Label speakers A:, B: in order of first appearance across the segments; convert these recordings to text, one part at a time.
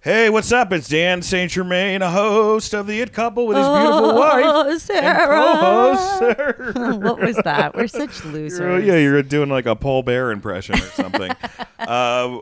A: Hey, what's up? It's Dan St. Germain, a host of The It Couple with his beautiful wife.
B: Oh,
A: And
B: Sarah.
A: co-host, Sarah.
B: what was that? We're such losers.
A: You're- yeah, you're doing like a Paul Bear impression or something. uh,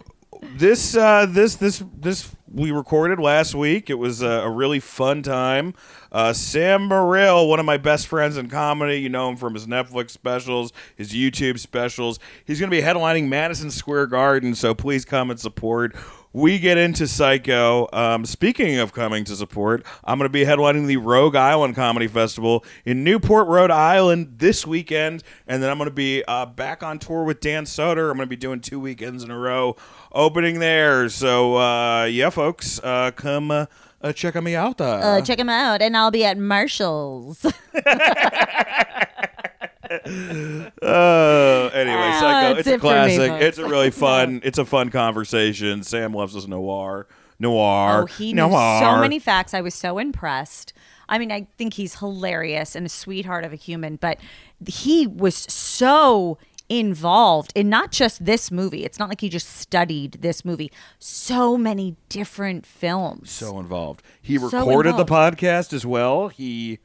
A: this, uh, this, this, this we recorded last week. It was a, a really fun time. Uh, Sam Morrill, one of my best friends in comedy, you know him from his Netflix specials, his YouTube specials. He's going to be headlining Madison Square Garden, so please come and support. We get into Psycho. Um, speaking of coming to support, I'm going to be headlining the Rogue Island Comedy Festival in Newport, Rhode Island this weekend. And then I'm going to be uh, back on tour with Dan Soder. I'm going to be doing two weekends in a row opening there. So, uh, yeah, folks, uh, come uh, uh, check me out. Uh,
B: Uh, check him out, and I'll be at Marshall's.
A: Uh, anyway,
B: Ah,
A: Psycho.
B: that's
A: It's
B: it
A: a
B: for me,
A: classic.
B: folks.
A: It's a really fun. It's a fun conversation. Sam loves his noir. Noir.
B: Oh, he knew
A: noir.
B: so many facts. I was so impressed. I mean, I think he's hilarious and a sweetheart of a human, but he was so involved in not just this movie. It's not like he just studied this movie. So many different films.
A: so involved. He
B: So
A: recorded the podcast as well. He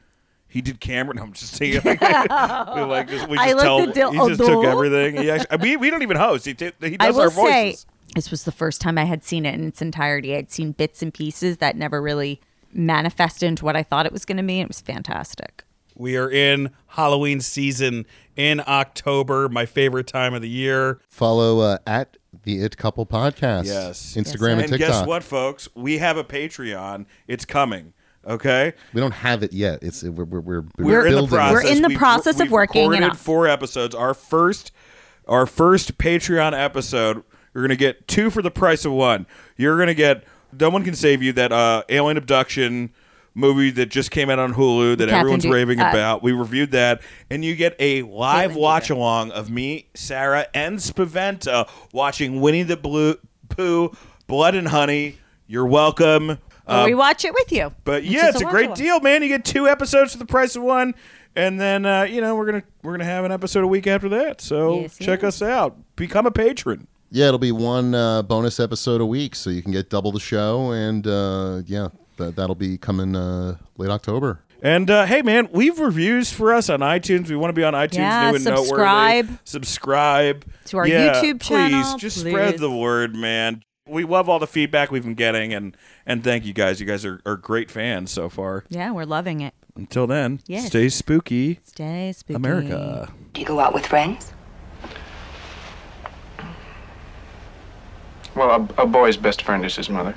A: he did camera. No, I'm just saying. we like just, we
B: I
A: just
B: like
A: tell.
B: the deal-
A: he just took
B: although-
A: everything. He actually, I mean, we don't even host. He, t- he
B: I
A: does our
B: will say
A: voices.
B: this was the first time I had seen it in its entirety. I'd seen bits and pieces that never really manifested into what I thought it was going to be. It was fantastic.
C: We are in Halloween season in October, my favorite time of the year.
D: Follow uh, at the It Couple Podcast.
A: Yes.
D: Instagram
A: and
D: and TikTok.
A: guess what, folks? We have a Patreon. It's coming. Okay.
D: We don't have it yet. It's we're we're, we're,
A: we're, in the
D: building it.
A: process.
B: We're in the
A: We've-
B: process of
A: we've
B: working it
A: recorded
B: out.
A: four episodes. Our first, our first Patreon episode. You're gonna get two for the price of one. You're gonna get no one can save you that uh, alien abduction movie that just came out on Hulu that
B: Catherine
A: everyone's
B: Du-
A: raving
B: uh,
A: about. We reviewed that, and you get a live
B: Caitlin
A: watch along of me, Sarah, and Spaventa watching Winnie the Blue Pooh, Blood and Honey. You're welcome.
B: Well, we watch it with you.
A: But
B: which
A: yeah,
B: is
A: it's a great
B: watch-along.
A: deal, man. You get two episodes for the price of one, and then uh, you know we're gonna we're gonna have an episode a week after that. So
B: Yes,
A: check
B: yes.
A: us out. Become a patron.
D: Yeah, it'll be one uh, bonus episode a week, so you can get double the show. And uh, yeah, that, that'll be coming uh, late October.
A: And uh, hey, man, leave reviews for us on iTunes. We want to be on iTunes.
B: Yeah,
A: new and noteworthy.
B: subscribe.
A: Subscribe
B: To our
A: Yeah,
B: YouTube channel,
A: Please, just
B: please.
A: spread the word, man. We love all the feedback we've been getting, and and thank you guys. You guys are, are great fans so far.
B: Yeah, we're loving it.
A: Until then,
B: Yes.
A: stay spooky,
B: Stay spooky.
A: America.
E: Do you go out with friends?
F: Well, a, a boy's best friend is his mother.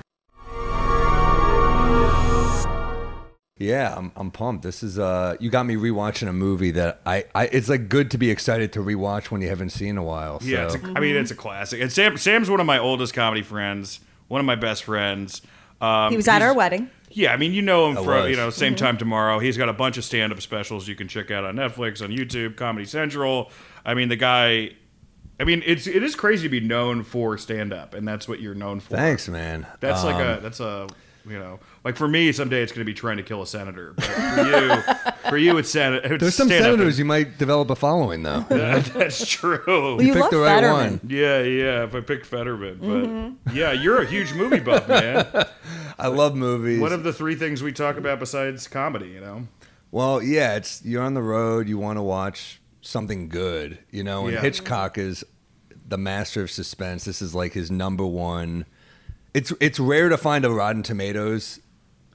G: Yeah, I'm, I'm pumped. This is uh, you got me rewatching a movie that I, I it's like good to be excited to rewatch when you haven't seen in a while. So.
A: Yeah, it's a, I mean it's a classic. And Sam Sam's one of my oldest comedy friends, one of my best friends. Um,
H: He was at
A: he's-
H: our wedding. Mm-hmm.
A: Yeah, I mean you know him
G: I
A: from
G: was.
A: you know same time tomorrow. He's got a bunch of stand up specials you can check out on Netflix, on YouTube, Comedy Central. I mean the guy. I mean it's it is crazy to be known for stand up, and that's what you're known for.
G: Thanks, man.
A: That's like
G: Um,
A: a that's a you know like for me someday it's going to be trying to kill a senator. But for you, for you it's sen- it's
G: There's some
A: stand-up
G: senators you might develop a following though.
A: and- that's true.
H: You
G: Pick
H: love
G: the right
H: Fetterman.
G: one.
A: Yeah, yeah. If I picked Fetterman, but
H: Mm-hmm.
A: yeah, you're a huge movie buff, man.
G: I love movies.
A: One of the three things we talk about besides comedy, you know.
G: well, yeah, it's you're on the road. You want to watch something good, you know. And
A: Yeah.
G: Hitchcock is the master of suspense. This is like his number one. It's it's rare to find a Rotten Tomatoes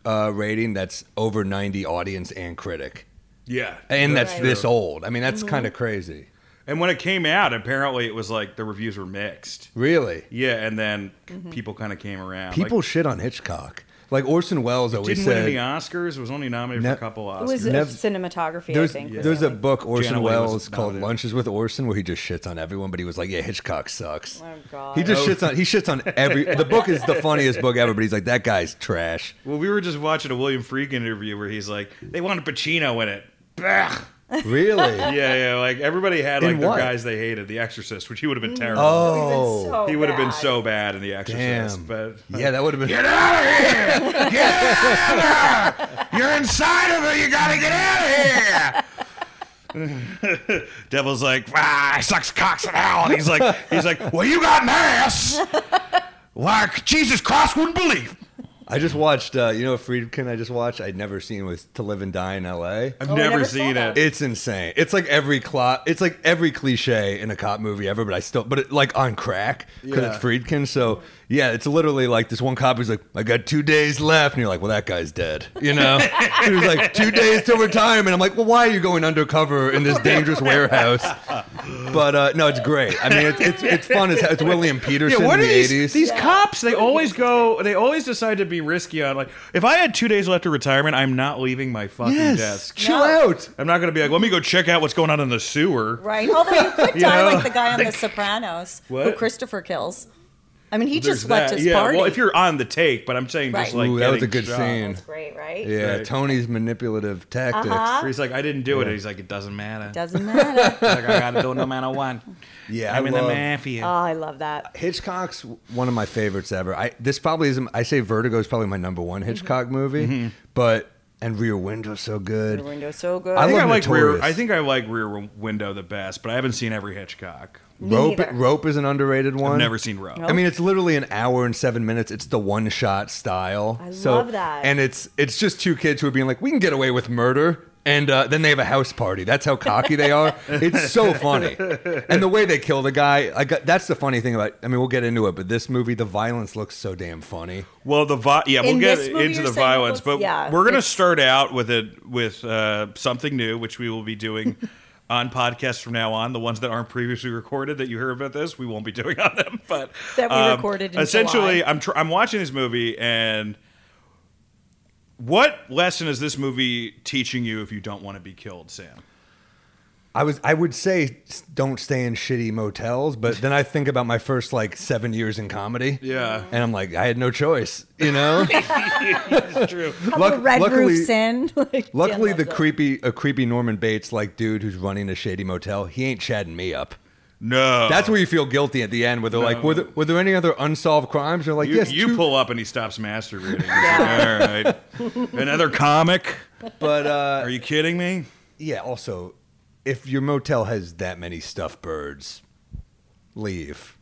G: uh, rating that's over 90 audience and critic.
A: Yeah,
G: and that's this old. I mean, that's
A: Mm-hmm.
G: kind of crazy.
A: And when it came out, apparently it was like the reviews were mixed.
G: Really,
A: Yeah, and then
H: Mm-hmm.
A: people kind of came around.
G: people
A: like,
G: shit on Hitchcock. Like Orson Welles always
A: didn't
G: said.
A: win any Oscars. Was only nominated
G: Ne-
A: for a couple
H: It
A: Oscars.
H: was
G: Nev-
H: uh, cinematography,
G: there's
H: I think.
G: there's a book Orson
A: Janeway was
G: Welles called
A: nominated.
G: Lunches with Orson where he just shits on everyone, but he was like, yeah, Hitchcock sucks.
H: Oh, God.
G: He just shits on he shits on every. the book is the funniest book ever, but he's like that guy's trash.
A: well, we were just watching a William Friedkin interview where he's like, "They wanted Pacino in it."
G: Really?
A: Yeah, yeah. Like everybody had
G: In
A: like their
G: what?
A: guys they hated. The Exorcist, which he would have
H: Mm.
A: been terrible.
G: Oh,
A: he would have been so bad in The Exorcist.
G: damn.
A: But
G: yeah, that would have been.
A: You're inside of it. You gotta get out of here. Devil's like, ah, sucks cocks and hell. And he's like, he's like, well, you got an ass like Jesus Christ wouldn't believe.
G: I just watched, uh, you know, Friedkin. I just watched. I'd never seen was To Live and Die in L.A.
B: I've
I: Oh, I
B: never,
I: never saw
B: seen
I: that.
B: it.
G: It's insane. It's like every clot. It's like every cliche in a cop movie ever, but I still, but it, like on crack because
B: Yeah.
G: it's Friedkin. So yeah, it's literally like this one cop who's like, I got two days left, and you're like, well, that guy's dead. You know, he was like, two days till retirement. I'm like, well, why are you going undercover in this dangerous warehouse? But uh, no, it's great. I mean, it's it's, it's fun. It's, it's William Peterson
B: Yeah, what
G: in
B: are
G: the
B: these,
G: 80s.
B: these cops? They always go. They always decide to be risky on. Like, if I had two days left of retirement, I'm not leaving my fucking
G: yes,
B: desk.
G: chill
I: No.
G: out.
B: I'm not going to be like, let me go check out what's going on in the sewer.
I: Right. Although you could die
B: know?
I: like the guy on The Sopranos who
B: What?
I: Christopher kills. I mean, he
B: There's
I: just left
B: that.
I: his
B: yeah,
I: party.
B: well, if you're on the take, but I'm saying just
I: Right.
B: like
G: Ooh, that was
B: getting
G: a good
B: shot.
G: scene.
I: That's great, right?
G: Yeah,
B: Right.
G: Tony's manipulative tactics.
A: Uh-huh.
B: Where he's like, I didn't do it. And he's like, it doesn't matter.
I: Doesn't matter. oh,
B: He's like, I got to do it no matter what.
G: Yeah,
B: I'm
G: I
B: in
G: love-
B: the mafia.
I: Oh, I love that.
G: Hitchcock's one of my favorites ever. I this probably isn't. I say Vertigo is probably my number one Hitchcock
B: Mm-hmm.
G: movie, but and Rear Window's so good.
I: The window's so good.
G: I
B: I think I
G: love
B: like rear.
G: Notorious.
B: I think I like Rear Window the best, but I haven't seen every Hitchcock.
I: Me
G: Rope
I: neither.
G: Rope is an underrated one.
B: I've never seen Rope.
I: Nope.
G: I mean, it's literally an hour and seven minutes. It's the one shot style.
I: I
G: So-
I: love that.
G: And it's it's just two kids who are being like, we can get away with murder. And uh, then they have a house party. That's how cocky they are. It's so funny, and the way they kill the guy. I got, that's the funny thing about. I mean, we'll get into it, but this movie, the violence looks so damn funny.
A: Well, the vi- yeah, we'll
I: In
A: get
I: this movie,
A: into
I: you're
A: the
I: saying it
A: violence,
I: looks-
A: but
I: yeah,
A: we're gonna
I: it's-
A: start out with it with uh, something new, which we will be doing on podcasts from now on. The ones that aren't previously recorded that you hear about this, we won't be doing on them. But um,
I: That we recorded in
A: essentially,
I: July.
A: I'm tr- I'm watching this movie, and what lesson is this movie teaching you if you don't want to be killed, Sam?
G: I was I would say s- don't stay in shitty motels, but then I think about my first like seven years in comedy.
A: Yeah.
G: and I'm like, I had no choice, you know.
A: It's true.
I: Couple
G: Luck-
I: of red
G: luckily-
I: roofs in. Like,
G: Luckily,
I: Dan
G: the
I: loves it.
G: creepy a creepy Norman Bates like dude who's running a shady motel, he ain't chatting me up.
A: No,
G: That's where you feel guilty at the end, where they're like, were there, were there any other unsolved crimes? You're like,
A: you,
G: yes,
A: you
G: two-
A: pull up and he stops masturbating. He's
I: Yeah.
A: like, All right, another comic.
G: but uh,
A: Are you kidding me?
G: yeah. Also, if your motel has that many stuffed birds, leave.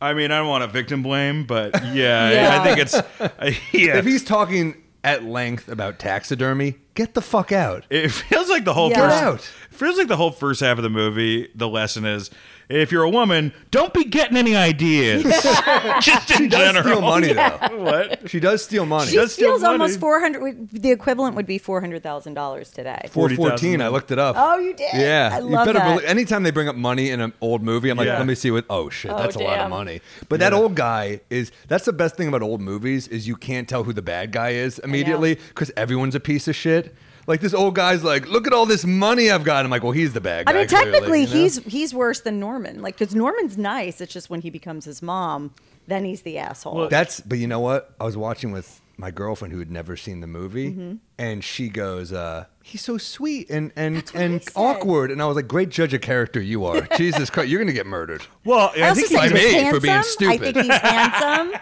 A: I mean, I don't want to victim blame, but yeah,
I: Yeah.
A: I think it's uh, yeah.
G: If he's talking at length about taxidermy, get the fuck out.
A: it feels like the whole
I: Yeah.
A: first,
G: Get out.
A: it feels like the whole first half of the movie. The lesson is, if you're a woman, don't be getting any ideas. Just in
G: does
A: general,
G: steal money though.
A: what?
G: She does steal money.
I: She
A: That's still
I: steals almost
A: money.
I: four hundred. The equivalent would be four hundred thousand dollars today.
G: Four fourteen. I looked it up.
I: Oh, you did?
G: Yeah,
I: I love
G: you better
I: that.
G: believe. Anytime they bring up money in an old movie, I'm like,
A: Yeah.
G: let me see what. Oh shit,
I: Oh,
G: that's a lot of
I: damn.
G: money. But that old guy is. That's the best thing about old movies is you can't tell who the bad guy is immediately because everyone's a piece of shit. Like this old guy's like, look at all this money I've got. I'm like, well, he's the bad guy.
I: I mean,
G: clearly,
I: technically,
G: you know?
I: he's he's worse than Norman. Like, because Norman's nice. It's just when he becomes his mom, then he's the asshole.
G: That's but you know what? I was watching with my girlfriend who had never seen the movie
I: Mm-hmm.
G: and she goes, uh, he's so sweet and and and
I: said.
G: awkward. And I was like, Great judge of character you are. Jesus Christ, you're gonna get murdered.
A: Well, I,
I: I, also
A: think
G: he's
I: said he was
G: made
I: handsome.
G: for being
I: I
G: stupid.
I: think he's handsome.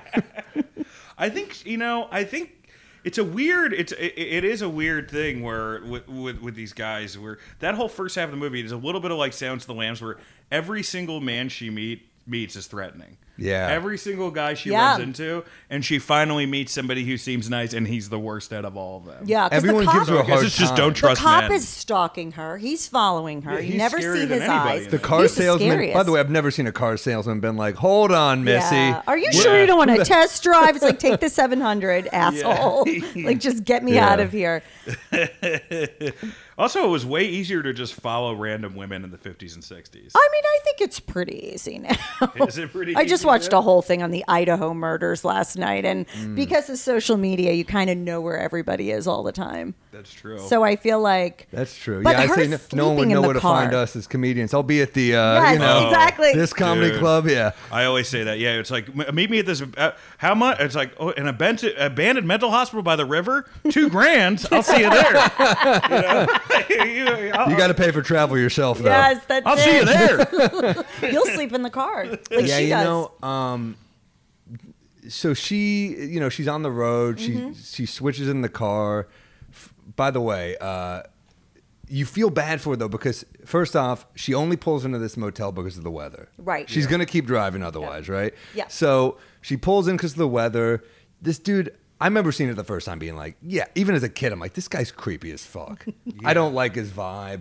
A: I think you know. I think it's a weird. It's it, it is a weird thing where with, with with these guys where that whole first half of the movie is a little bit of like Silence of the Lambs, where every single man she meet meets is threatening.
G: Yeah.
A: Every single guy she
I: Yeah.
A: runs into, and she finally meets somebody who seems nice, and he's the worst out of all of them.
I: Yeah, because the
G: Everyone
I: cop,
G: gives her a
A: I guess
G: hard
A: it's just
G: time.
A: don't
I: the
A: trust
I: cop
A: men.
I: is stalking her. He's following her.
A: Yeah,
I: you
A: he's
I: never
A: scarier
I: see
A: than
I: his
A: anybody
I: eyes.
A: in
G: The
A: He's
G: car
I: He's
G: salesman.
I: scariest.
G: By the way, I've never seen a car salesman been like, "Hold on, Missy."
I: Yeah. Are you
G: Wh-
I: sure you don't want a test drive? It's like take the seven hundred, asshole. like just get me
G: Yeah.
I: out of here.
A: Also, it was way easier to just follow random women in the 50s and 60s.
I: I mean, I think it's pretty easy now.
A: Is it pretty
I: Oh. I just
A: easy
I: watched
A: now?
I: a whole thing on the Idaho murders last night, and
G: Mm.
I: because of social media, you kind of know where everybody is all the time.
A: That's true.
I: So I feel like
G: That's true.
I: But
G: yeah, I
I: her
G: say no, no one would
I: sleeping in
G: know
I: the
G: where to
I: car.
G: find us as comedians. I'll be at the uh,
I: yes,
G: you know
I: exactly.
G: this comedy
A: Dude.
G: club. Yeah,
A: I always say that. Yeah, it's like "M- meet me at this. Uh, how much? It's like oh, an abandoned, abandoned mental hospital by the river. Two grand. I'll see you there. you know? You- I'll,
G: you got to pay for travel yourself though.
I: yes, that's
A: I'll
I: it.
A: see you there.
I: You'll sleep in the car, like
G: yeah,
I: she
G: you
I: does.
G: know. Um, so she, you know, she's on the road. She
I: Mm-hmm.
G: she switches in the car. F- By the way, uh, you feel bad for her though because first off, she only pulls into this motel because of the weather.
I: Right.
G: She's
I: Yeah.
G: gonna keep driving otherwise, right?
I: Yeah.
G: So she pulls in because of the weather. This dude. I remember seeing it the first time being like, yeah, even as a kid, I'm like, this guy's creepy as fuck. I don't like his vibe.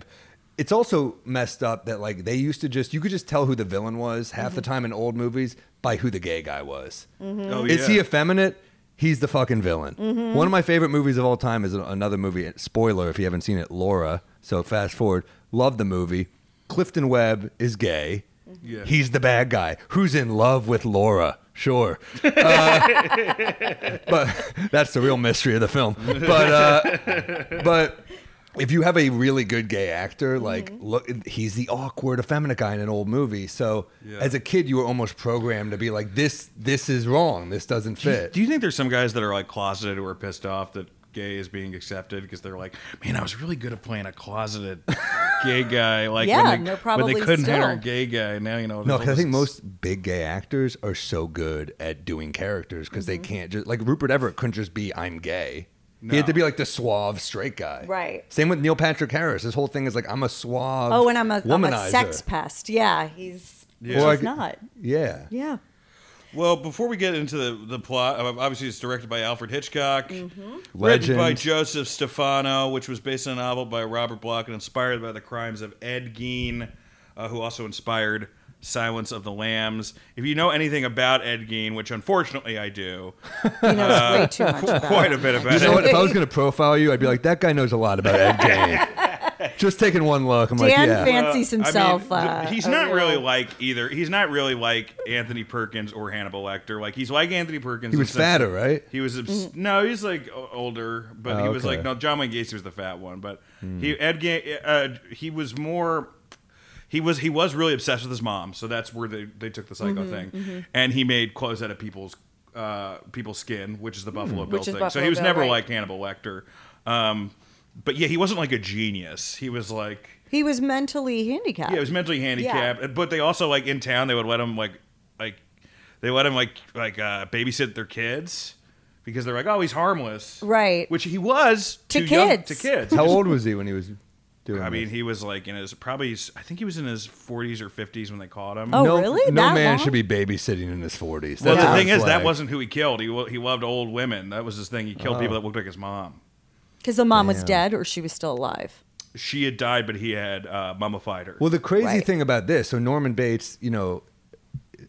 G: It's also messed up that like they used to just you could just tell who the villain was half
I: Mm-hmm.
G: the time in old movies by who the gay guy was.
A: Oh,
G: Is he
A: yeah.
G: effeminate? He's the fucking villain. One of my favorite movies of all time is another movie. Spoiler if you haven't seen it, Laura. So fast forward. Love the movie. Clifton Webb is gay.
J: Mm-hmm. Yeah.
G: He's the bad guy who's in love with Laura. Sure. Uh, but that's the real mystery of the film. But uh, but if you have a really good gay actor, like look, he's the awkward effeminate guy in an old movie. So
J: Yeah.
G: as a kid, you were almost programmed to be like, this this is wrong. This doesn't
J: Do you,
G: fit.
J: do you think there's some guys that are like closeted who are pissed off that gay is being accepted because they're like, man, I was really good at playing a closeted gay guy. Like
I: Yeah,
J: when
I: and
J: they, when
I: they're
J: they
I: probably
J: couldn't hire a
I: still.
J: gay guy. Now you know.
G: no,
J: there's all
G: because I think
J: this-
G: most big gay actors are so good at doing characters because
I: Mm-hmm.
G: they can't just like Rupert Everett couldn't just be I'm gay. He had to
J: No.
G: be like the suave straight guy.
I: Right.
G: Same with Neil Patrick Harris. His whole thing is like I'm a suave.
I: Oh, and I'm a, I'm a
G: womanizer.
I: sex pest. Yeah, he's
G: Or
I: he's
G: like-
I: not.
G: Yeah.
I: Yeah.
A: Well, before we get into the, the plot, uh, obviously it's directed by Alfred Hitchcock, written
G: Legend.
A: by Joseph Stefano, which was based on a novel by Robert Bloch and inspired by the crimes of Ed Gein, uh, who also inspired Silence of the Lambs. If you know anything about Ed Gein, which unfortunately I do,
I: He knows way too much about
A: quite a
I: it.
A: bit about
G: You
A: it.
G: know what? If I was going to profile you, I'd be like, that guy knows a lot about Ed Gein. Just taking one look, I'm like,
I: Dan
G: yeah.
I: Fan-
A: Uh,
I: fancies
A: I mean,
I: himself,
A: th-
I: uh,
A: he's
I: a
A: not
I: real-
A: really like either. He's not really like Anthony Perkins or Hannibal Lecter. Like he's like Anthony Perkins.
G: he
A: in
G: was
A: the sense
G: fatter,
A: that-
G: right?
A: He was obs-
I: Mm-hmm.
A: no, he's like o- older, but
G: Oh,
A: he was
G: okay. Hmm.
A: like no. John Wayne Gacy was the fat one, but he Ed Ga- uh, he was more. He was he was really obsessed with his mom, so that's where they, they took the psycho
I: Mm-hmm,
A: thing, and he made clothes out of people's uh, people's skin, which is
G: Hmm.
A: the Buffalo Bill
I: Which
A: thing.
I: is
A: so
I: Buffalo
A: he was
I: Bill,
A: never
I: right.
A: like Hannibal Lecter, um, but yeah, he wasn't like a genius. He was like
I: He was mentally handicapped.
A: yeah, it was mentally handicapped. But they also like in town they would let him like like they let him like like uh, babysit their kids because they're like, oh, he's harmless,
I: Right.
A: Which he was
I: To
A: too young-
I: kids.
A: to kids.
G: How old was he when he was doing
A: I mean,
G: this?
A: he was like in his probably his- I think he was in his 40s or 50s when they caught him.
I: Oh,
G: no,
I: really?
G: No
I: That
G: man
I: long?
G: should be babysitting in his 40s.
A: Well,
G: That's a
A: the thing
G: red
A: is, that
G: flag.
A: wasn't who he killed. He wa- he loved old women. That was his thing. He killed people that looked like his mom.
I: Because the mom was dead or she was still alive.
A: She had died, but he had uh, mummified her.
G: Well, the crazy
I: Right.
G: thing about this, so Norman Bates, you know,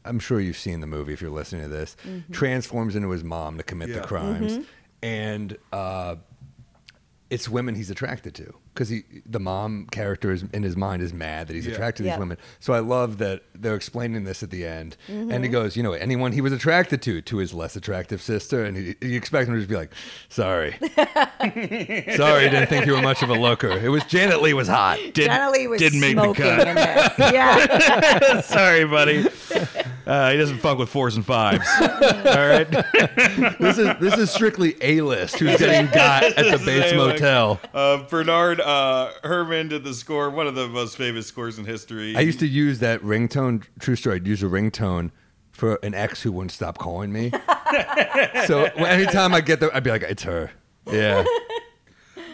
G: I'm sure you've seen the movie if you're listening to this,
I: Mm-hmm.
G: transforms into his mom to commit the
A: Yeah.
G: crimes. And uh, it's women he's attracted to because he, the mom character is in his mind is mad that he's
A: Yeah.
G: attracted to
I: Yeah.
G: these women. So I love that they're explaining this at the end.
I: Mm-hmm.
G: And he goes, you know, anyone he was attracted to, to his less attractive sister. And he, you expect him to just be like, sorry. sorry, didn't think you were much of a looker. It was Janet Lee was hot. Did,
I: Janet Leigh was
G: didn't make the
I: smoking
G: cut.
I: in this. Yeah.
A: Sorry, buddy. Uh, he doesn't fuck with fours and fives. All right.
G: this is this is strictly A list who's getting got at the Bates
A: Say, like,
G: Motel.
A: Uh, Bernard uh, Herman did the score, one of the most famous scores in history.
G: I used to use that ringtone. True story. I'd use a ringtone for an ex who wouldn't stop calling me. so anytime I get there, I'd be like, "It's her." Yeah.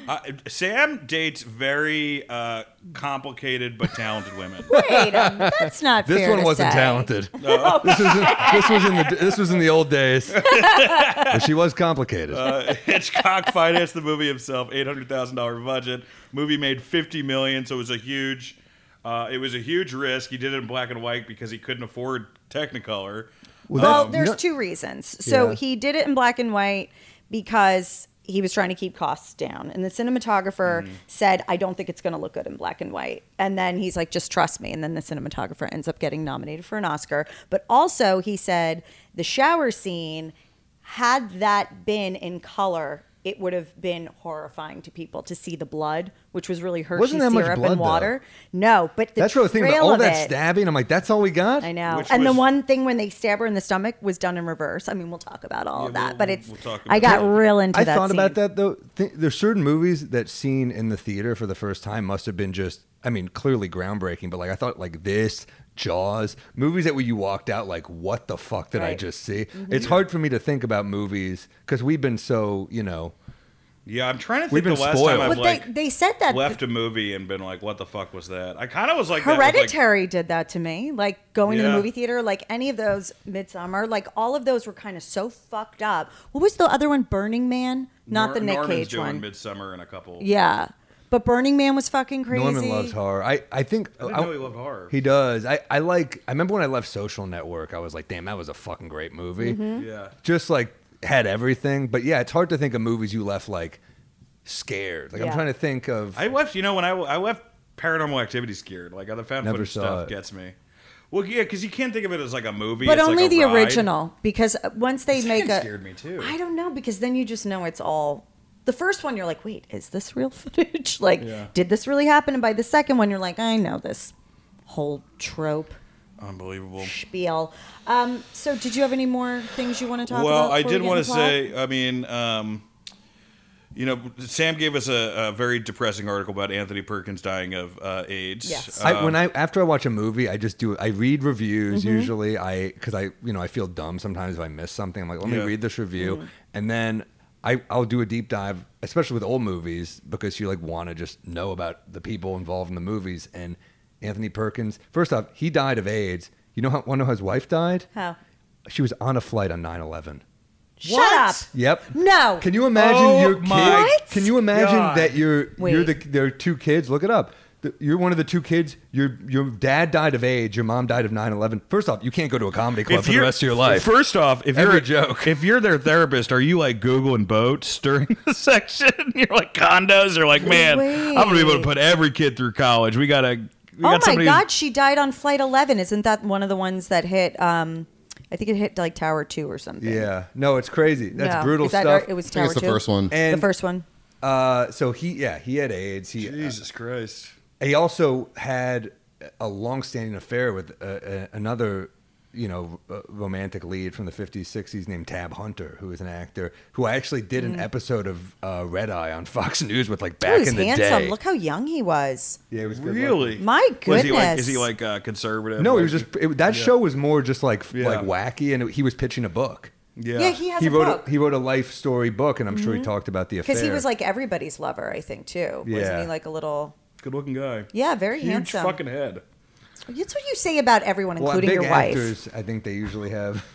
A: Uh, Sam dates very uh, complicated but talented women.
I: Wait, um, that's not
G: This
I: fair
G: one
I: to
G: wasn't
I: say.
G: talented. This was in, this was in the this was in the old days. But she was complicated.
A: Uh, Hitchcock financed the movie himself, eight hundred thousand dollar budget. Movie made fifty million, so it was a huge. Uh, it was a huge risk. He did it in black and white because he couldn't afford Technicolor.
I: Well,
G: That's-
I: there's
G: no-
I: two reasons. So
G: Yeah.
I: he did it in black and white because he was trying to keep costs down. And the cinematographer
G: Mm-hmm.
I: said, I don't think it's going to look good in black and white. And then he's like, just trust me. And then the cinematographer ends up getting nominated for an Oscar. But also, he said, the shower scene, had that been in color, it would have been horrifying to people to see the blood, which was really Hershey
G: Wasn't that much
I: syrup
G: blood,
I: and
G: though.
I: water. No, but the
G: That's what I was thinking about
I: trail
G: all
I: of
G: that
I: it-
G: stabbing. I'm like, that's all we got.
I: I know.
A: Which
I: and
A: was-
I: the one thing when they stab her in the stomach was done in reverse. I mean, we'll talk about all of
A: Yeah,
I: that,
A: we'll-
I: but it's.
A: we'll talk
I: I
A: about
I: got
A: that.
I: real into
G: I
I: that.
G: thought
I: scene.
G: about that though. Th- there's certain movies that seen in the theater for the first time must have been just. I mean, clearly groundbreaking, but like I thought, like this Jaws movies that where you walked out like, what the fuck did I
I: Right. Mm-hmm.
G: just see? It's hard for me to think about movies because we've been so you know
A: Yeah, I'm trying to think
G: We've been
A: the last
G: spoiled.
A: time I've
G: But
B: But
A: like
B: they, they said that
A: left a movie and been like, "What the fuck was that?" I kind of was like that with, like-
B: Hereditary did that to me. Like going to the
A: Yeah.
B: movie theater, like any of those Midsummer, like all of those were kind of so fucked up. What was the other one? Burning Man, not
A: Nor-
B: the Nick
A: Norman's
B: Cage
A: doing
B: one.
A: Midsummer and a couple.
B: yeah, but Burning Man was fucking crazy.
G: Norman loves horror. I, I think I
A: didn't know he loved horror.
G: He does. I, I like. I remember when I left Social Network, I was like, damn, that was a fucking great movie.
I: Mm-hmm.
A: Yeah.
G: Just like had everything. But yeah, it's hard to think of movies you left like scared. Like I'm
B: Yeah.
G: trying to think of.
A: I left, you know, when I, I left Paranormal Activity scared. Like, the found
G: Never
A: footage
G: saw
A: stuff
G: it.
A: gets me. Well, yeah, because you can't think of it as like a movie.
B: but
A: it's like
B: only
A: a
B: the
A: ride.
B: original because once they
A: The
B: make
A: second
B: a
A: scared me, too.
B: I don't know because then you just know it's all. The first one, you're like, wait, is this real footage? like,
A: Yeah.
B: did this really happen? And by the second one, you're like, I know this whole trope
A: Unbelievable.
B: spiel. Um, so, did you have any more things you want to talk about?
A: Well, I
B: before we
A: did
B: get
A: want to
B: into plot?
A: say, I mean, um, you know, Sam gave us a, a very depressing article about Anthony Perkins dying of uh, AIDS.
B: Yes.
G: I, when I after I watch a movie, I just do I read reviews usually. I because I you know I feel dumb sometimes if I miss something. I'm like, let me
A: Yeah.
G: read this review, and then I I'll do a deep dive, especially with old movies because you like want to just know about the people involved in the movies. And Anthony Perkins, first off, he died of AIDS. You know how want to know how his wife died?
B: How?
G: She was on a flight on 9/11.
B: Oh, Shut up.
G: Yep.
B: No.
G: Can you imagine
A: Oh
G: your kid?
A: my What?
G: Can you imagine
A: God.
G: that you're you're
B: Wait.
G: the there are two kids? Look it up. The- You're one of the two kids. Your your dad died of AIDS. Your mom died of 9/11. First off, you can't go to a comedy club for the
A: you're-
G: rest of your life.
A: First off, if
G: Every
A: you're
G: joke.
A: if you're their therapist, are you like googling boats during the section? You're like condos. You're like, man, I'm gonna be able to
B: Wait.
A: put every kid through college. We gotta. We
B: Oh
A: got
B: my
A: somebody who's-
B: God, she died on flight 11. Isn't that one of the ones that hit? Um, I think it hit like Tower Two or something.
G: yeah. No, it's crazy. That's
B: No.
G: brutal
B: Is that-
G: stuff.
B: It was Tower
D: think it's the
B: Two?
D: first one.
G: And-
B: the first one.
G: uh, so he yeah he had AIDS. He uh,
A: Jesus Christ.
G: he also had a long-standing affair with uh, uh, another you know r- romantic lead from the 50s 60s named tab hunter who is an actor who i actually did an episode of uh, red eye on fox news with like back
B: Mm. he was
G: in the
B: handsome.
G: day
B: Look how young he was.
G: yeah it was good
A: Really?
B: My
A: Was he like,
B: goodness.
A: is he like uh, conservative?
G: looking. no
A: like,
G: he was just it, that show was more just like f-
A: Yeah.
G: like wacky and it, he was pitching a book
A: Yeah.
B: Yeah, he has
G: he
B: a
G: wrote
B: book. Mm-hmm.
G: a, he wrote a life story book and i'm sure he talked about the affair
B: Because he was like everybody's lover, I think, too.
G: Yeah.
B: Wasn't he like a little.
A: good looking guy.
B: Yeah, very
A: Huge
B: handsome.
A: fucking head.
B: That's what you say about everyone,
G: well,
B: including
G: big
B: your wife.
G: actors i think they usually have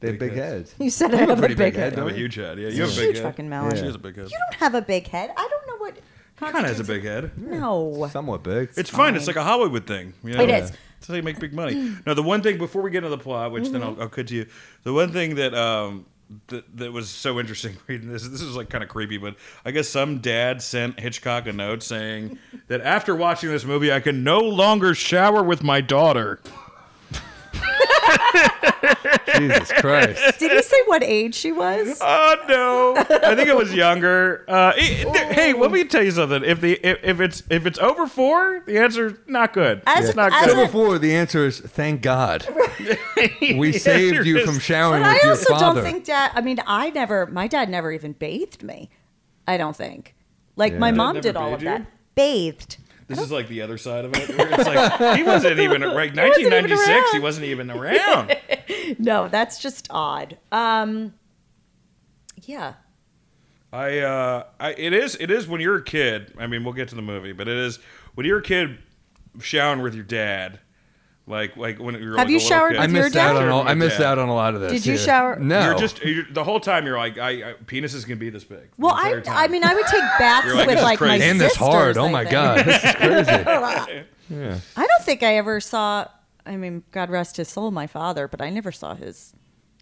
G: they have
A: Big
G: big
A: heads.
G: heads
B: You said I
G: have a
B: have a
G: pretty
B: big,
G: big head,
B: head.
A: You
G: don't
A: have a
G: you?
A: huge head. Yeah, you have a
B: Huge
A: big head.
B: fucking melon.
A: She
B: Yeah.
A: has a big head.
B: You don't have a big head. I don't know what.
A: He kind of has a big head.
B: No.
G: somewhat big
A: It's fine. It's like a Hollywood thing. You know?
B: It is.
A: It's how you make big money. Now, the one thing before we get into the plot, which then I'll, I'll cut to you, the one thing that um that, that was so interesting reading this. This is like kind of creepy, but I guess some dad sent Hitchcock a note saying that after watching this movie, I can no longer shower with my daughter.
G: jesus christ
B: Did he say what age she was?
A: Oh no! I think it was younger. Uh, it- it- there- hey, let me tell you something. If the if, if it's if it's over four, the answer's not good.
B: As-
A: it's not
B: as
A: good.
G: So before, the answer is thank God. We
A: The
G: saved you
A: answer
G: from
A: is-
G: showering
B: But
G: with
B: I
G: your
B: also
G: father.
B: don't think dad. I mean, I never. My dad never even bathed me. I don't think. Like my
G: Yeah.
B: mom
A: Dad
B: did
A: never
B: all of
A: bathed you?
B: that. Bathed.
A: This is like the other side of it. Where it's like he wasn't even like
B: wasn't even
A: 1996. He
B: around.
A: wasn't even around.
B: No, Oh, that's just odd. Um. Yeah.
A: I, uh, I it is it is when you're a kid. I mean, we'll get to the movie, but it is when you're a kid showering with your dad. Like like when you're like
B: Have you
A: a little
B: showered
A: kid.
G: I
B: With your
G: missed out
B: dad?
G: on all. I
A: With your
G: missed
A: dad.
G: out on a lot of this.
B: Did you
G: yeah.
B: shower-
G: No.
A: You're just you're, the whole time you're like I, I penises can be this big. the
B: Well, I,
A: entire time.
B: I mean, I would take baths
A: You're like,
B: with
A: "This is
B: like my
A: crazy."
B: sisters.
G: and this hard. Oh
B: I
G: my
B: think.
G: God, this is crazy.
B: I don't think I ever saw. I mean, God rest his soul, my father, but I never saw his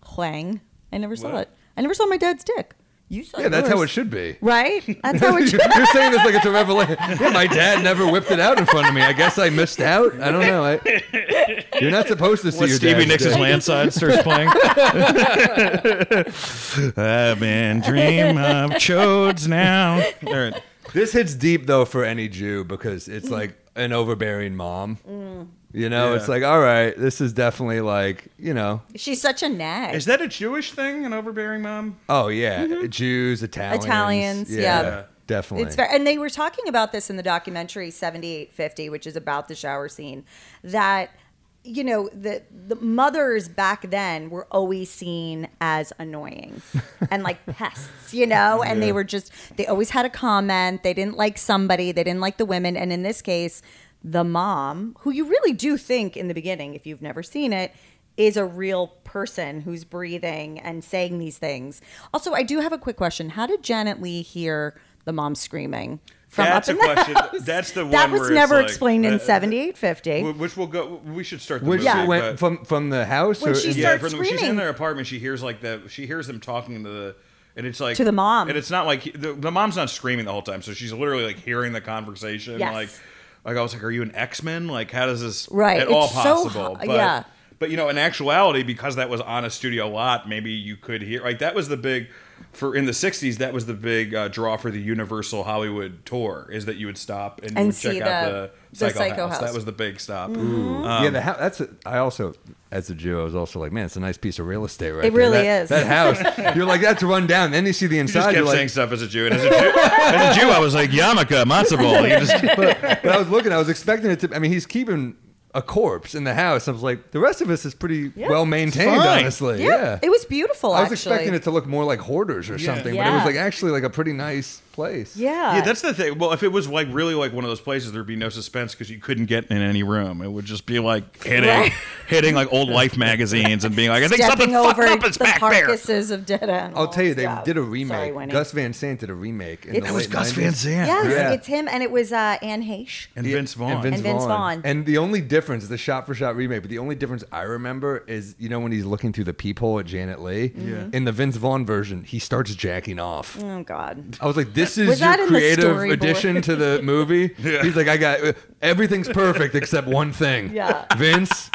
B: huang. I never saw
A: What?
B: it. I never saw my dad's dick. You saw.
G: Yeah, that's how it
B: yours.
G: should be.
B: Right. That's how it should.
G: You're saying this like it's a revelation. Yeah, my dad never whipped it out in front of me. I guess I missed out. I don't know. I, you're not supposed to see
A: Once
G: your
A: Stevie
G: dad's
A: Nicks'
G: dick.
A: Landslide starts playing. I've been dream of chodes now. All right.
G: This hits deep though for any Jew because it's like an overbearing mom.
B: Mm.
G: You know,
A: Yeah.
G: it's like all right, this is definitely like you know
B: She's such a nag.
A: Is that a Jewish thing, an overbearing mom?
G: Oh yeah, Jews, Italians,
B: Mm-hmm. Italians, yeah.
G: definitely.
B: It's fair. And they were talking about this in the documentary 7850, which is about the shower scene, that you know the the mothers back then were always seen as annoying and like pests you know and they were just they always had a comment they didn't like somebody they didn't like the women and in this case the mom who you really do think in the beginning if you've never seen it is a real person who's breathing and saying these things also i do have a quick question how did janet lee hear the mom screaming from
A: That's
B: up in
A: a
B: the
A: question.
B: house?
A: That's the one
B: that was
A: where it's
B: never
A: like-
B: explained in
A: uh, uh,
B: 7850
A: Wh- Which we'll go. We should start the
G: Which
A: movie.
G: she went
A: but-
G: from from the house.
B: When
G: or
B: she
G: is-
B: starts-
A: from the- when she's in
B: screaming.
A: their apartment, she hears like the she hears them talking to the and it's like
B: To the mom.
A: and it's not like the, the mom's not screaming the whole time, so she's literally like hearing the conversation.
B: Yes.
A: Like, like I was like, are you an X Men? Like, how does this
B: Right,
A: at all
B: it's so
A: possible?
B: ho-
A: but,
B: yeah.
A: But you know, in actuality, because that was on a studio lot, maybe you could hear like that was the big for in the '60s. That was the big uh, draw for the Universal Hollywood tour is that you would stop and, you
B: And
A: would
B: see
A: check out
B: the-
A: the
B: the
A: Psycho, house.
B: Psycho House. Mm-hmm.
A: That was the big stop. Um,
G: yeah, the house. That's. A, I also, as a Jew, I was also like, man, it's a nice piece of real estate, right?
B: It
G: there.
B: really
G: That-
B: is.
G: That house. You're like, that's run down. Then you see the
A: You just
G: inside.
A: kept
G: you're like,
A: saying stuff as a Jew, and as a Jew, as a Jew I was like yarmulke, matzo ball. You just
G: but I was looking. I was expecting it to. I mean, he's keeping a corpse in the house. I was like, the rest of us is pretty
B: Yeah.
G: well maintained,
A: Fine.
G: honestly.
B: yeah, it was beautiful
G: I was
B: actually
G: expecting it to look more like hoarders or something, but it was
B: Yeah.
G: like actually like a pretty nice place.
B: yeah
A: yeah, that's the thing. Well, if it was like really like one of those places, there'd be no suspense because you couldn't get in any room. It would just be like hitting,
B: Right.
A: hitting like old Life magazines and being like, I think something
B: stepping
A: fucked
B: over
A: up is
B: the
A: back there.
B: carcasses of dead animals.
G: I'll tell you, they
B: Yeah.
G: did a
B: Sorry,
G: remake.
B: Winnie.
G: Gus Van Sant did a remake. In
B: It's-
G: the
B: That was
G: late
A: Gus
G: 90s.
A: Van Sant
B: yes,
G: Yeah.
B: it's him, and it was uh, Anne Heche.
A: and Vince Vaughn.
G: And Vince,
B: And Vince
G: Vaughn.
B: Vaughn.
G: And the only difference, the shot for shot remake, but the only difference I remember is, you know, when he's looking through the peephole at Janet Leigh.
B: Mm-hmm.
G: Yeah. In the Vince Vaughn version, he starts jacking off.
B: Oh God,
G: I was like, this is
B: Uh, Was that
G: your
B: in the
G: creative
B: storyboard?
G: addition to the movie. He's like, I got everything's perfect except one thing.
B: Yeah.
G: Vince,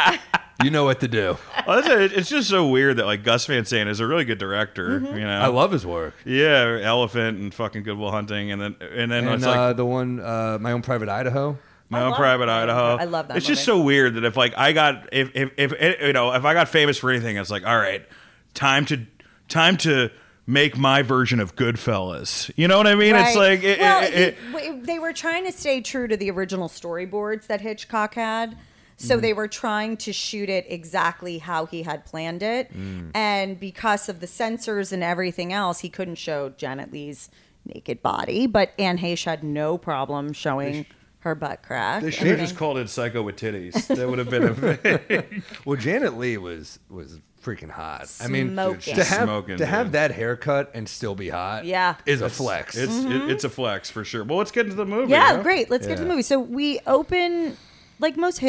G: you know what to do.
A: Oh, that's a- it's just so weird that like Gus Van Sant is a really good director.
B: Mm-hmm.
A: You know,
G: I love his work.
A: yeah, Elephant and fucking Good Will Hunting, and then and then
G: and
A: it's
G: uh,
A: like
G: the one, uh, My Own Private Idaho.
A: My
B: I
A: own
B: love
A: private
B: that
A: Idaho.
B: movie. I love that
A: It's just
B: movie.
A: so weird that if like I got if if, if eh, you know if I got famous for anything, it's like all right, time to time to make my version of Goodfellas. You know what I mean? It's like it,
B: well,
A: it,
B: he-
A: it-
B: w- they were trying to stay true to the original storyboards that Hitchcock had. So
A: Mm-hmm.
B: they were trying to shoot it exactly how he had planned it,
A: Mm.
B: and because of the censors and everything else, he couldn't show Janet Lee's naked body. But Anne Heche had no problem showing her butt crack.
A: they
B: I
A: should have
B: mean-
A: just called it Psycho with Titties. That would have been a
G: Well, Janet Lee was was freaking hot. I mean,
B: Smoking.
G: to have
A: Smoking,
G: to have
A: dude.
G: that haircut and still be hot,
B: Yeah.
G: is a flex.
A: it's it, it's a flex for sure. Well, let's get into the movie.
B: Mm-hmm. Yeah,
A: huh?
B: great. Let's get to the
G: Yeah.
B: movie. So we open like most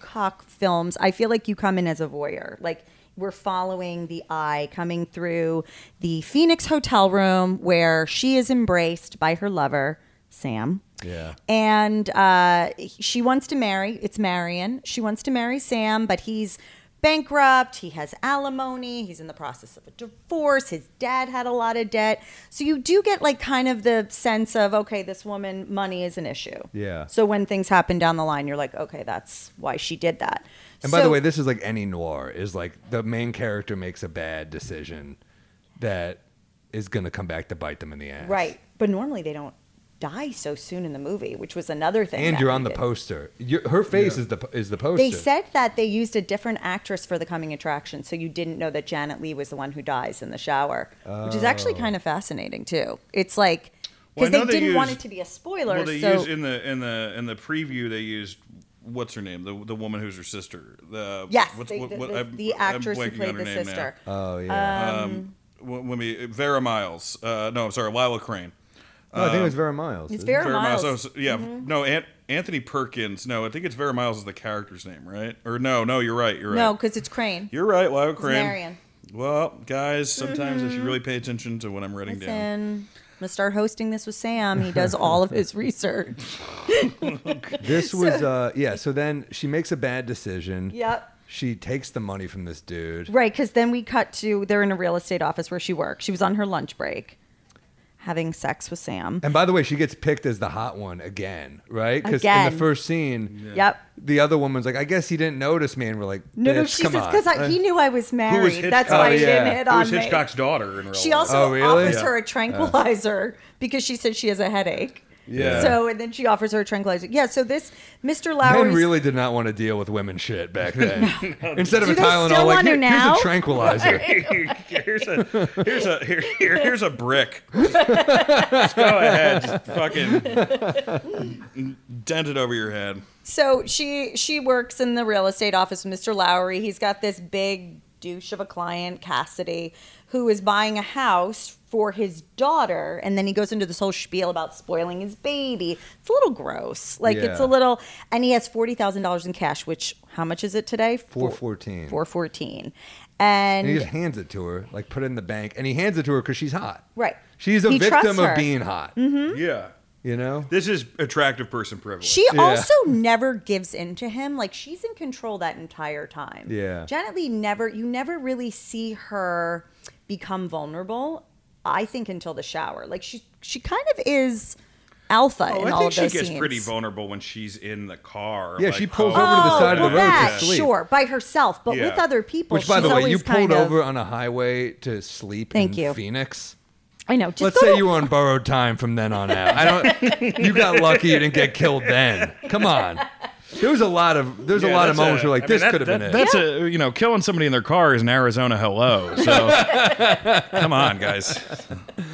B: Hitchcock films. I feel like you come in as a voyeur. Like we're following the eye coming through the Phoenix hotel room where she is embraced by her lover Sam.
G: yeah,
B: And uh, she wants to marry. It's Marion. She wants to marry Sam, but he's bankrupt. He has alimony. He's in the process of a divorce. His dad had a lot of debt. So you do get like kind of the sense of okay, this woman money is an issue.
G: Yeah.
B: So when things happen down the line, you're like, okay, that's why she did that.
G: And by the
B: So-
G: way, this is like any noir is like the main character makes a bad decision that is going to come back to bite them in the ass.
B: right? But normally they don't die so soon in the movie, which was another thing.
G: And
B: that
G: you're
B: we
G: on the
B: did.
G: poster. you her face is the is the poster.
B: They said that they used a different actress for the coming attraction, so you didn't know that Janet Lee was the one who dies in the shower, which is actually kind of fascinating too. It's like
A: Oh. Well, I
B: because
A: know
B: they
A: they
B: didn't want
A: used-
B: it to be a spoiler.
A: Well, they
B: so
A: used in the in the in the preview they used what's her name the the woman who's her sister the
B: yes,
A: what's,
B: they,
A: what-
B: the,
A: what-
B: the,
A: I'm-
B: the
A: I'm
B: actress
A: blanking
B: who
A: on
B: played
A: her
B: the
A: name now.
B: sister.
G: Oh
B: uh,
G: yeah.
A: um, w- when we Vera Miles. Uh, no, I'm sorry, Lila Crane. oh,
G: no, I think it was Vera Miles.
B: it's Vera, Miles. Mm-hmm.
A: so- so- yeah, no, Ant- Anthony Perkins. No, I think it's Vera Miles is the character's name, right? Or no, no, you're right. You're right.
B: No, because it's Crane.
A: you're right. Lila Crane.
B: Marion. Mm-hmm.
A: Well, guys, sometimes I should really pay attention to what I'm writing
B: Listen,
A: down.
B: I'm gonna start hosting this with Sam. He does all of his research.
G: This was uh yeah, so then she makes a bad decision.
B: Yep.
G: She takes the money from this dude.
B: Right, because then we cut to they're in a real estate office where she works. She was on her lunch break, having sex with Sam.
G: And by the way, she gets picked as the hot one again, right? Because in the
B: Again.
G: first scene,
B: Yep.
G: the other woman's like, "I guess he didn't notice me," and we're like,
B: No, no,
G: "Bitch,
B: she
G: come
B: says
G: on."
B: because
A: Uh,
B: he knew I was married.
A: Hitch-
B: That's
G: Oh,
B: why she
G: yeah.
B: didn't hit
A: Who
B: on
A: was
B: me.
A: Hitchcock's daughter in real
B: She
A: life?
B: also
G: Oh, really?
B: offers
G: Yeah.
B: her a tranquilizer because she said she has a headache.
G: Yeah.
B: So and then she offers her a tranquilizer. Yeah. So this Mr.
G: Men
B: Lowry's
G: really did not want to deal with women shit back then. Instead of
K: Do
G: a
K: they
G: Tylenol,
K: still
G: like
K: want to
G: "Here-
K: now?"
G: here's a tranquilizer.
A: here's a here's a here, here, here's a brick. Just, go ahead, just fucking dent it over your head.
B: So she she works in the real estate office with Mr. Lowry. He's got this big douche of a client, Cassidy, who is buying a house for his daughter, and then he goes into this whole spiel about spoiling his baby. It's a little gross. Like it's
G: Yeah.
B: a little and he has forty thousand dollars in cash, which how much is it today?
G: Four fourteen.
B: Four fourteen.
G: And he
B: And
G: just hands it to her, like put it in the bank, and he hands it to her because she's hot.
B: Right.
G: She's a
B: He
G: victim
B: trusts
G: of
B: her. Mm-hmm.
G: being hot.
B: Hmm?
A: Yeah,
G: You know.
A: this is attractive person privilege.
B: she
G: Yeah.
B: also never gives in to him. Like she's in control that entire time.
G: Yeah.
B: Janet Lee never you never really see her become vulnerable, I think, until the shower. Like she she kind of is alpha
A: Oh,
B: in
A: I
B: all
A: think
B: of
A: she
B: those
A: gets
B: scenes.
A: pretty vulnerable when she's in the car.
G: Yeah,
A: like,
G: she pulls
A: oh,
G: over to the side of
B: well,
G: the road
B: that,
G: to sleep.
B: Sure, by herself, but with
A: Yeah.
B: other people.
G: Which, by
B: she's
G: the way, you
B: always
G: pulled
B: kind of-
G: over on a highway to sleep
B: Thank
G: in
B: you.
G: Phoenix.
B: I know. Just
G: Let's
B: go
G: say
B: to-
G: you were on borrowed time from then on out. I don't. you got lucky you didn't get killed then. Come on. There was a lot of there's a
A: Yeah,
G: lot of
A: that's
G: moments where
A: I
G: like
A: mean,
G: this
A: that-
G: could have
A: that-
G: been it.
A: That's a you know killing somebody in their car is an Arizona hello. So come on, guys.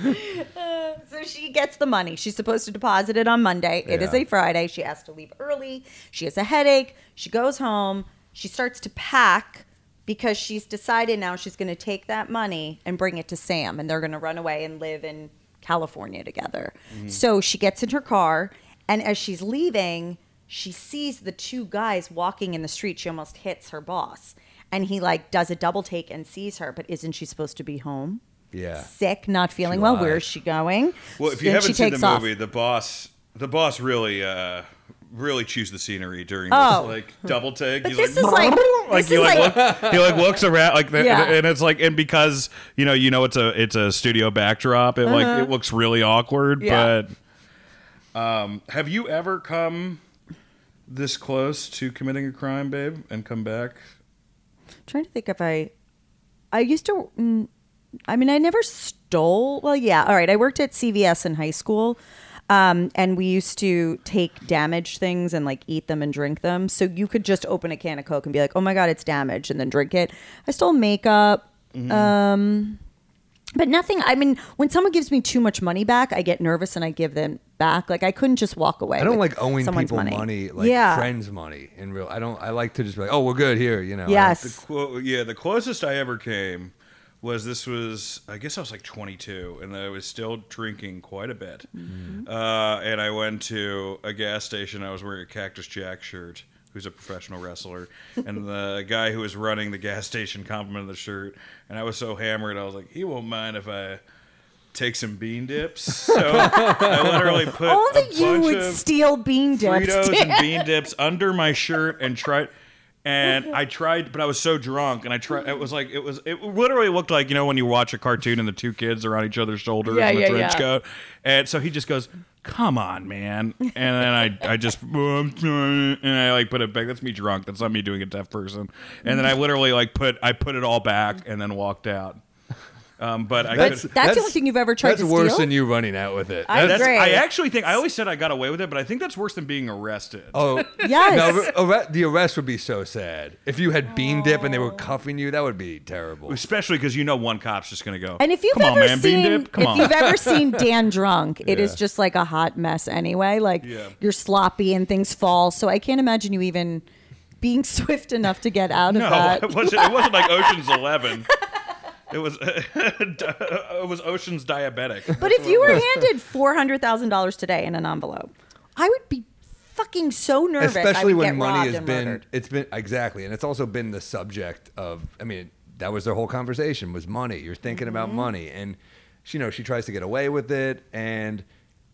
B: So she gets the money. She's supposed to deposit it on Monday. It is
G: Yeah.
B: a Friday. She has to leave early. She has a headache. She goes home. She starts to pack because she's decided now she's going to take that money and bring it to Sam and they're going to run away and live in California together.
G: Mm-hmm.
B: So she gets in her car and as she's leaving, she sees the two guys walking in the street. She almost hits her boss. And he like does a double take and sees her, but isn't she supposed to be home?
G: Yeah.
B: sick, not feeling well.
G: lied.
B: Where is she going?
A: Well, if you
B: And
A: haven't
B: she
A: seen the
B: takes off.
A: movie, the boss, the boss really, uh, really chews the scenery during
B: Oh.
A: this like double take.
B: But
A: He's
B: this
A: like,
B: is like, this
A: he
B: is
A: like,
B: like,
A: look, he like looks around like that,
B: Yeah.
A: and it's like and because you know you know it's a it's a studio backdrop. It like it looks really awkward.
B: Uh-huh. Yeah.
A: But um, have you ever come this close to committing a crime, babe, and come back?
B: trying to think if I, I used to. mm, I mean, I never stole. Well, yeah. All right. I worked at CVS in high school, um, and we used to take damaged things and like eat them and drink them. So you could just open a can of Coke and be like, "Oh my god, it's damaged," and then drink it. I stole makeup.
G: Mm-hmm.
B: Um, but nothing. I mean, when someone gives me too much money back, I get nervous and I give them back. Like I couldn't just walk away.
G: I don't
B: with
G: like owing
B: someone's
G: people money, like friends' money in real. I don't. I like to just be like, oh, we're good here. You know. I don't-
B: Yes.
A: Well, yeah, the closest I ever came was this was I guess I was like 22 and I was still drinking quite a bit.
B: Mm-hmm.
A: Uh, and I went to a gas station. I was wearing a Cactus Jack shirt, who's a professional wrestler, and the guy who was running the gas station complimented the shirt. And I was so hammered, I was like, he won't mind if I. Take some bean dips. So I literally put a
B: Only you
A: bunch
B: would
A: of
B: steal bean dips.
A: Fritos and bean dips under my shirt and tried. And I tried, but I was so drunk, and I tried. It was like it was. It literally looked like you know when you watch a cartoon and the two kids are on each other's shoulders
B: Yeah,
A: in a
B: yeah,
A: trench
B: yeah.
A: coat, and so he just goes, "Come on, man!" And then I, I just, and I like put it back. That's me drunk. That's not me doing a deaf person. And then I literally like put, I put it all back, and then walked out. Um, but I
B: That's-
A: could,
B: that's the only thing you've ever tried
G: That's
B: to
G: worse
B: steal?
G: than you running out with it.
B: I
G: That's-
B: agree.
A: I actually think I always said I got away with it, but I think that's worse than being arrested.
G: Oh
B: Yes.
G: no! arre- the arrest would be so sad if you had bean dip and they were cuffing you. That would be terrible.
A: especially because you know one cop's just gonna go.
B: And if you've
A: come
B: ever
A: on, man,
B: seen,
A: bean dip, come
B: if
A: on.
B: you've ever seen Dan drunk, it is
G: Yeah.
B: just like a hot mess anyway. Like
A: Yeah.
B: you're sloppy and things fall. So I can't imagine you even being swift enough to get out
A: no,
B: of that.
A: Oh, it wasn't. It wasn't like Ocean's Eleven. It was it was Ocean's diabetic.
B: But if you were handed four hundred thousand dollars today in an envelope, I would be fucking so nervous. I
G: Especially
B: would
G: when
B: get
G: money
B: robbed
G: has
B: and
G: been,
B: murdered.
G: it's been exactly, and it's also been the subject of. I mean, that was their whole conversation was money. You're thinking about
B: Mm-hmm.
G: money, and she, you know, she tries to get away with it, and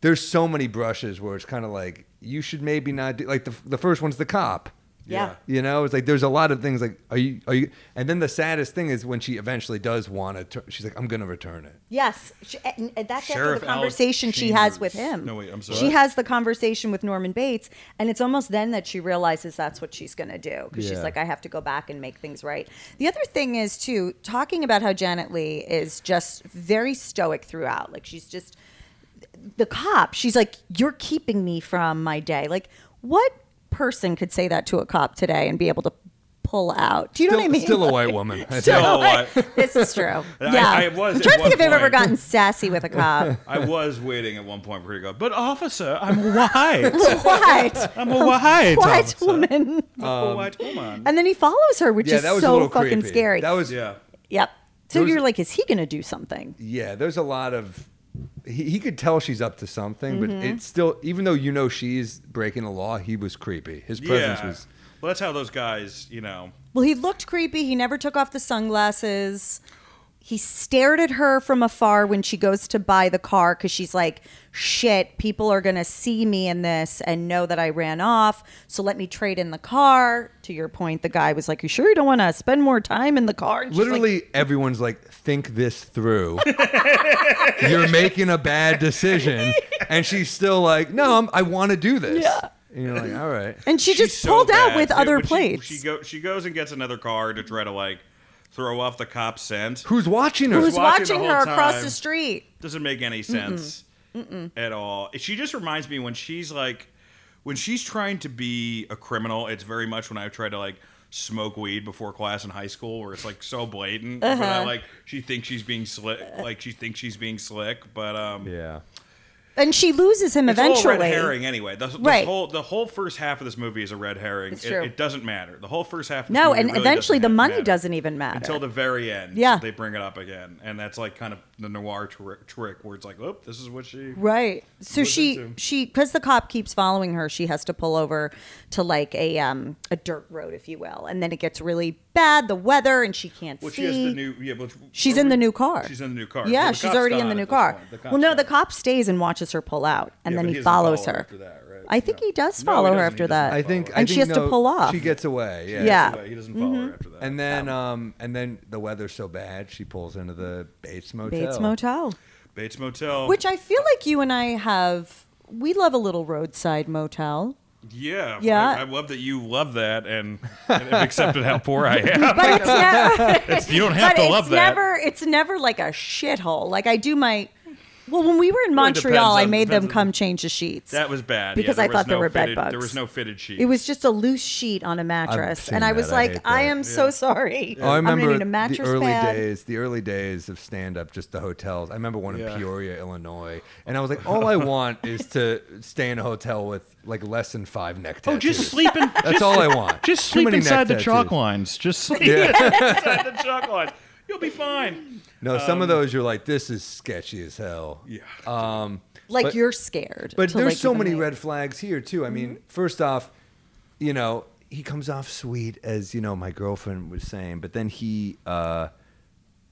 G: there's so many brushes where it's kind of like you should maybe not do. Like the the first one's the cop.
B: Yeah.
G: You know, it's like there's a lot of things like are you are you, and then the saddest thing is when she eventually does want to. She's like, I'm gonna return it.
B: Yes, she, and and that's
A: Sheriff
B: after the
A: Al
B: conversation she has with
A: Chambers.
B: him.
A: No, wait, I'm sorry.
B: She has the conversation with Norman Bates, and it's almost then that she realizes that's what she's going to do because she's
G: Yeah.
B: like, I have to go back and make things right. The other thing is too talking about how Janet Lee is just very stoic throughout. Like she's just the cop, she's like, "You're keeping me from my day." Like, what person could say that to a cop today and be able to pull out? Do you know
G: Still,
B: what I mean?
G: still a
B: Like,
G: white woman.
B: still
G: I think.
B: a
A: Oh, I,
B: white- This is true.
A: I-
B: yeah,
A: I was
B: am
A: at
B: trying to
A: one
B: think if I've ever
A: point.
B: gotten sassy with a cop.
A: I was waiting at one point for her to go, but officer, I'm white.
B: what?
A: I'm a white.
B: White
A: officer.
B: woman.
A: I'm a white woman.
B: And then he follows her, which
G: uh, yeah,
B: is
G: that was a
B: so
G: little
B: fucking
G: creepy.
B: scary.
G: That was
A: Yeah.
B: yep. So
G: There was-
B: you're like, is he going to do something?
G: yeah. There's a lot of he, he could tell she's up to something,
B: Mm-hmm.
G: but it's still even though you know she's breaking the law, he was creepy. His presence
A: Yeah.
G: was
A: Well, that's how those guys, you know.
B: Well, he looked creepy. He never took off the sunglasses. He stared at her from afar when she goes to buy the car because she's like, shit, people are going to see me in this and know that I ran off. So let me trade in the car. To your point, the guy was like, You sure you don't want to spend more time in the car? And she's like,
G: Literally, everyone's like, think this through. You're making a bad decision. And she's still like, no, I'm, I want to do this.
B: Yeah.
G: And you're like, all right.
B: and she
A: She's
B: just
A: so
B: pulled out
A: bad,
B: with
A: dude,
B: other
A: when she-
B: plates.
A: She, go, she goes and gets another car to try to like throw off the cop's scent.
G: Who's watching her?
B: Who's
A: watching the
B: watching
A: whole
B: her across
A: time.
B: the street?
A: Doesn't make any sense at all. She just reminds me when she's like, when she's trying to be a criminal, it's very much when I try to like smoke weed before class in high school, where it's like so blatant. But
B: Uh-huh.
A: I like she thinks she's being slick, like she thinks she's being slick, but um,
G: yeah.
B: And she loses him
A: It's all
B: eventually.
A: a red herring anyway. The, the
B: Right.
A: whole the whole first half of this movie is a red herring.
B: It's
A: It,
B: true.
A: it doesn't matter. The whole first half. Of this
B: No,
A: movie
B: and
A: really
B: eventually
A: doesn't
B: the
A: ha-
B: money
A: matter.
B: doesn't even matter.
A: until the very end.
B: Yeah.
A: they bring it up again, and that's like kind of the noir trick, trick where it's like, oh, this is what she.
B: Right. So
A: Was
B: she
A: into.
B: she because the cop keeps following her, she has to pull over to like a um a dirt road, if you will, and then it gets really bad, the weather, and she can't
A: Well,
B: see.
A: she has the new. Yeah, but
B: she's in the new car.
A: She's in the new car.
B: Yeah,
A: Well, the
B: she's
A: cop's
B: already in
A: gone
B: the new
A: at this
B: car.
A: point. The
B: well, no,
A: cop's
B: the
A: gone.
B: cop stays and watches her pull out, and
A: Yeah,
B: then
A: but
B: he,
A: doesn't
B: follows
A: follow
B: her.
A: after that, right?
B: I think
A: No.
B: he does
A: No, he
B: follow her
A: doesn't. He
B: after
A: doesn't
B: that.
G: I think. I
B: and
G: think,
B: she has to
G: no,
B: pull off.
G: She gets away. Yeah.
B: Yeah. Mm-hmm.
A: He doesn't follow her after that.
G: And then, um, and then the weather's so bad, she pulls into the Bates Motel.
B: Bates Motel,
A: Bates Motel.
B: which I feel like you and I have. We love a little roadside motel.
A: yeah,
B: Yeah.
A: I, I love that you love that and, and have accepted how poor I am.
B: but it's never.
A: you don't have
B: but
A: to
B: it's
A: love that.
B: never. It's never like a shithole. Like I do my. Well, when we were in
A: Really depends
B: Montreal, I
A: on-
B: made them
A: depends on-
B: come change the sheets.
A: That was bad
B: Because
A: yeah,
B: I
A: was
B: thought there
A: no
B: were bed
A: fitted- There
B: bugs.
A: was no fitted sheet.
B: it was just a loose sheet on a mattress,
G: seen
B: and I
G: that.
B: was
G: I
B: like,
G: hate
B: I,
G: that.
B: am so sorry.
G: Oh, I
B: I'm gonna
G: remember
B: need a mattress
G: the early
B: pad.
G: days, the early days of stand up, just the hotels. I remember one
A: Yeah.
G: in Peoria, Illinois, and I was like, all I want is to stay in a hotel with like less than five neck tattoos.
A: Oh, just sleep in.
G: That's all I want.
A: Just
G: Too
A: sleep
G: many neck
A: inside the chalk
G: tattoos.
A: lines. Just sleep inside the chalk line. You'll be fine.
G: No, some of
A: Um,
G: those you're like, this is sketchy as hell. Yeah. Um,
B: Like
G: But-
B: you're scared.
G: but
B: to,
G: there's
B: like, Mm-hmm.
G: so
B: even
G: many
B: make-
G: red flags here too. I mean, first off, you know, he comes off sweet as you know my girlfriend was saying, but then he, uh,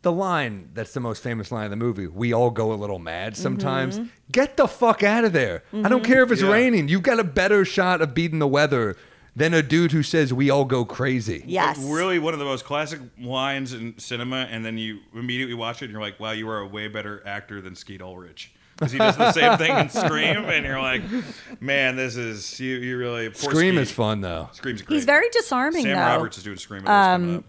G: the line that's the most famous line of the movie. We all go a little mad sometimes.
B: Mm-hmm.
G: Get the fuck out of there! I don't care if it's
A: Yeah.
G: raining. You've got a better shot of beating the weather than a dude who says we all go crazy.
B: Yes.
A: Really, one of the most classic lines in cinema, and then you immediately watch it, and you're like, "Wow, you are a way better actor than Skeet Ulrich." Because he does the same thing in Scream, and you're like, "Man, this is you. You really poor
G: Scream
A: Skeet.
G: is fun though.
A: Scream's great.
B: He's very disarming
A: Sam
B: though. Um,
A: Roberts is doing Scream. with us coming up.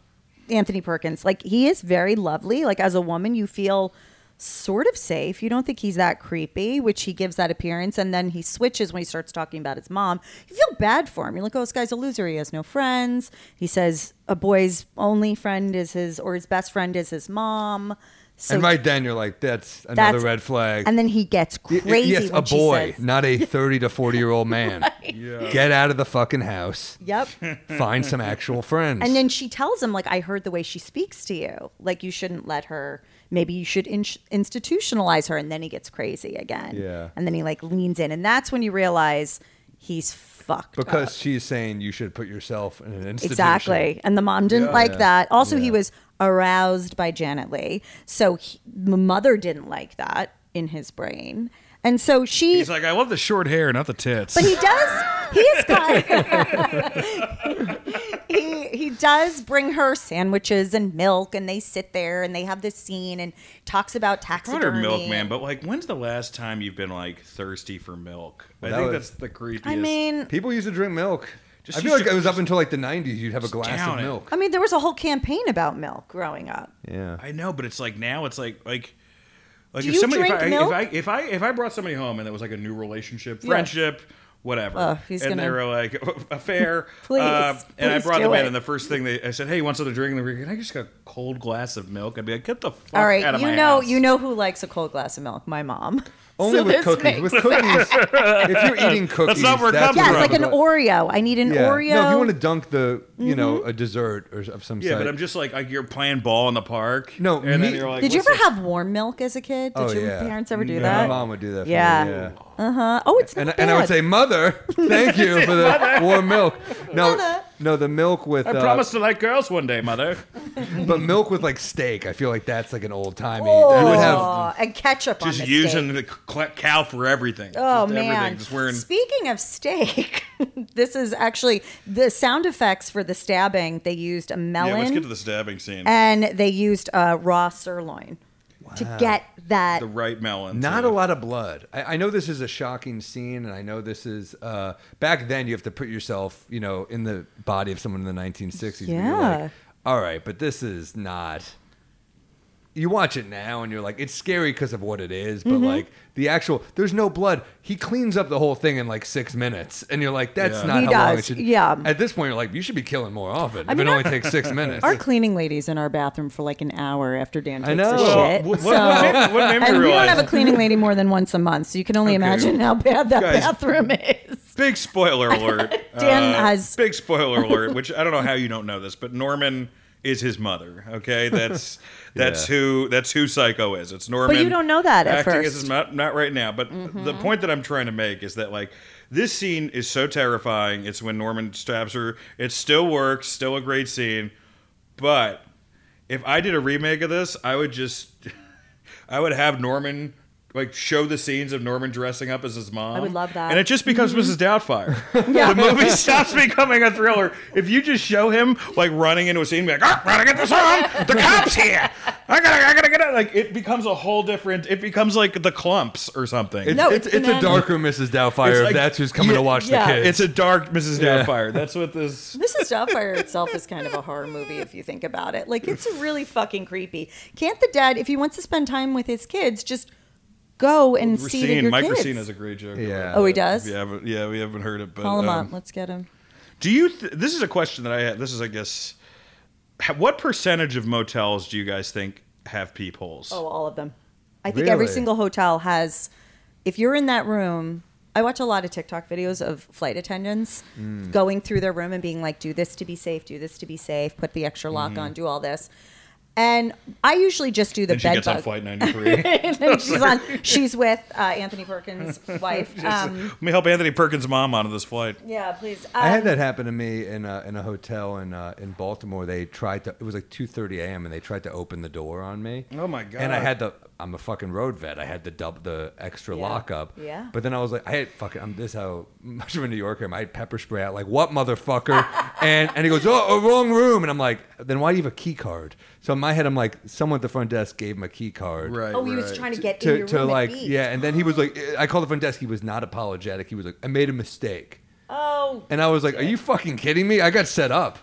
B: Anthony Perkins. Like he is very lovely. Like as a woman, you feel sort of safe. You don't think he's that creepy, which he gives that appearance, and then he switches when he starts talking about his mom. You feel bad for him. You're like, oh, this guy's a loser. He has no friends. He says a boy's only friend is his or his best friend is his mom. So
G: and right then you're like, that's another
B: that's-
G: red flag.
B: And then he gets
G: Y- y-
B: crazy.
G: Yes,
B: when
G: a
B: she
G: boy,
B: says-
G: not a 30 to 40 year old man. Get out of the fucking house.
B: Yep.
G: Find some actual friends.
B: And then she tells him, like, I heard the way she speaks to you. Like, you shouldn't let her. Maybe you should in- institutionalize her. And then he gets crazy again.
G: Yeah.
B: And then he like leans in, and that's when you realize he's fucked. up.
G: because she's saying you should put yourself in an institution.
B: exactly. And the mom didn't like
G: Yeah.
B: that. Also, he
G: Yeah.
B: was aroused by Janet Lee, so he, the mother didn't like that in his brain, and so she.
A: He's like, "I love the short hair, not the tits."
B: But he does. He is kind. he he does bring her sandwiches and milk, and they sit there and they have this scene and talks about
A: Brought her
B: taxidermy.
A: milk, man. But like, when's the last time you've been like thirsty for milk? I
G: that
A: think that's
G: was-
A: the creepiest.
B: I mean,
G: People used to drink milk.
A: Just
G: I feel
A: used
G: like
A: to-
G: it was up until like the 90s. You'd have a glass
A: down
G: of
A: it.
G: milk.
B: I mean, there was a whole campaign about milk growing up.
G: Yeah.
A: I know, but it's like now it's like like Like
I: Do
A: if
I: you
A: somebody if
I: drink
A: I, if
I: milk?
A: I if I if I brought somebody home and that was like a new relationship, friendship, whatever,
I: Oh, he's
A: and they
I: gonna-
A: were like affair, uh,
I: Please,
A: and I
I: please
A: brought
I: do
A: them in,
I: it.
A: and the first thing they I said, hey, you want something to drink? And they were like, can I just get a cold glass of milk? I'd be like, get the fuck
I: All right,
A: out of
I: you
A: my
I: know,
A: house.
I: you know who likes a cold glass of milk? My mom.
G: Only
I: So
G: with
I: this
G: cookies.
I: makes-
G: With cookies, if you're eating cookies,
A: not where it comes
I: yeah,
A: from.
I: it's like an Oreo. I need an
G: Yeah.
I: Oreo.
G: No, if you want to dunk the, you know, a dessert or of some
A: yeah,
G: sort.
A: but I'm just like, like you're playing ball in the park.
G: No,
A: and then
G: me-
A: you're like,
I: Did you
A: what's
I: ever
A: this?
I: have warm milk as a kid? Did
G: Oh,
I: your
G: yeah.
I: parents ever do
G: Yeah,
I: that?
G: My mom would do that. For
I: Yeah.
G: Me, yeah.
I: Uh, oh, it's not
G: And,
I: bad.
G: and I would say, mother, thank you for the warm milk. No,
I: Mother.
G: no, the milk with.
A: I
G: uh,
A: promised to like girls one day, mother.
G: but milk with like steak. I feel like that's like an old timey.
I: oh,
G: You would have
I: and ketchup on
A: Just
I: the
A: using
I: steak.
A: the cl- cow for everything.
I: Oh
A: Just
I: man!
A: everything. Just wearing.
I: Speaking of steak, this is actually the sound effects for the stabbing. They used a melon.
A: yeah, let's get to the stabbing scene.
I: and they used uh, raw sirloin to get that.
A: the right melon.
G: not
A: too.
G: a lot of blood. I, I know this is a shocking scene, and I know this is uh, back then. You have to put yourself, you know, in the body of someone in the 1960s. but you're
I: Yeah.
G: like, All right, but this is not. You watch it now, and you're like, it's scary because of what it is,
I: Mm-hmm.
G: but like the actual, there's no blood. He cleans up the whole thing in like six minutes, and you're like, that's
A: Yeah.
G: not
I: He
G: how long it
I: does,
G: should.
I: yeah.
G: At this point, you're like, you should be killing more often. if
I: mean,
G: it
I: our-
G: only takes six minutes.
I: Our cleaning ladies in our bathroom for like an hour after Dan takes
G: know.
I: a
G: Well,
I: shit.
A: what,
I: so,
A: what made- what made me
I: and we
A: realize-
I: don't have a cleaning lady more than once a month, so you can only imagine how bad that
A: Guys.
I: bathroom is.
A: Big spoiler alert. Uh,
I: Dan has-
A: big spoiler alert, which I don't know how you don't know this, but Norman is his mother. Okay, that's that's
G: Yeah.
A: who that's who Psycho is. It's Norman.
I: you don't know that at
A: acting
I: first. Mm-hmm.
A: As his, not not right now, but the point that I'm trying to make is that like this scene is so terrifying. It's when Norman stabs her. It still works. Still a great scene, but if I did a remake of this, I would just I would have Norman like show the scenes of Norman dressing up as his mom.
I: I would love that.
A: And it just becomes Mrs. Doubtfire. The movie stops becoming a thriller if you just show him like running into a scene, be like, "Ah, gotta get this on! The cops here! I gotta, I gotta get it!" Like it becomes a whole different. It becomes like the clumps or something.
G: it's,
I: No,
G: it's,
I: it's
G: it's a
I: bananas.
G: darker Mrs. Doubtfire.
A: It's
G: if
A: like-
G: that's who's coming to watch
I: yeah.
G: the kids.
A: It's a dark Mrs. Doubtfire. That's what this.
I: Mrs. Doubtfire itself is kind of a horror movie if you think about it. Like it's really fucking creepy. Can't the dad, if he wants to spend time with his kids, just go and see that
A: Racine,
I: your
A: Mike
I: kids?
A: Racine has a great joke.
G: Yeah.
I: Oh, he does?
A: Yeah, but, yeah, we haven't heard it. But
I: Call him
A: um,
I: up. Let's get him.
A: Do you? Th- this is a question that I had. This is, I guess, ha- what percentage of motels do you guys think have peepholes?
I: Oh, all of them. I think every
G: Really?
I: single hotel has. If you're in that room, I watch a lot of TikTok videos of flight attendants
A: Mm.
I: going through their room and being like, "Do this to be safe. Do this to be safe. Put the extra lock
A: Mm-hmm.
I: on. Do all this." And I usually just do the
A: and she
I: bed
A: gets
I: bug.
A: on flight 93. Let
I: and then she's on. She's with uh, Anthony Perkins' wife. Um,
A: me help Anthony Perkins' mom onto this flight.
I: yeah, please. Um,
G: I had that happen to me in a, in a hotel in uh, in Baltimore. They tried to. It was like two thirty a.m. and they tried to open the door on me.
A: Oh, my
G: And I
A: God.
G: had the. I'm a fucking road vet. I had the dub the extra
I: Yeah.
G: lockup.
I: Yeah.
G: But then I was like, I had fucking. I'm this how much of a New Yorker. am I I had pepper spray out. Like what motherfucker? and and he goes, oh, oh, wrong room. And I'm like, then why do you have a key card? So in my head, I'm like, someone at the front desk gave him a key card.
I: Oh, he was trying to get in
G: to,
I: your
G: to
I: room and
G: like
I: eat.
G: yeah and then he was like i called the front desk he was not apologetic he was like i made a mistake
I: Oh.
G: and i was like are you fucking kidding me i got set up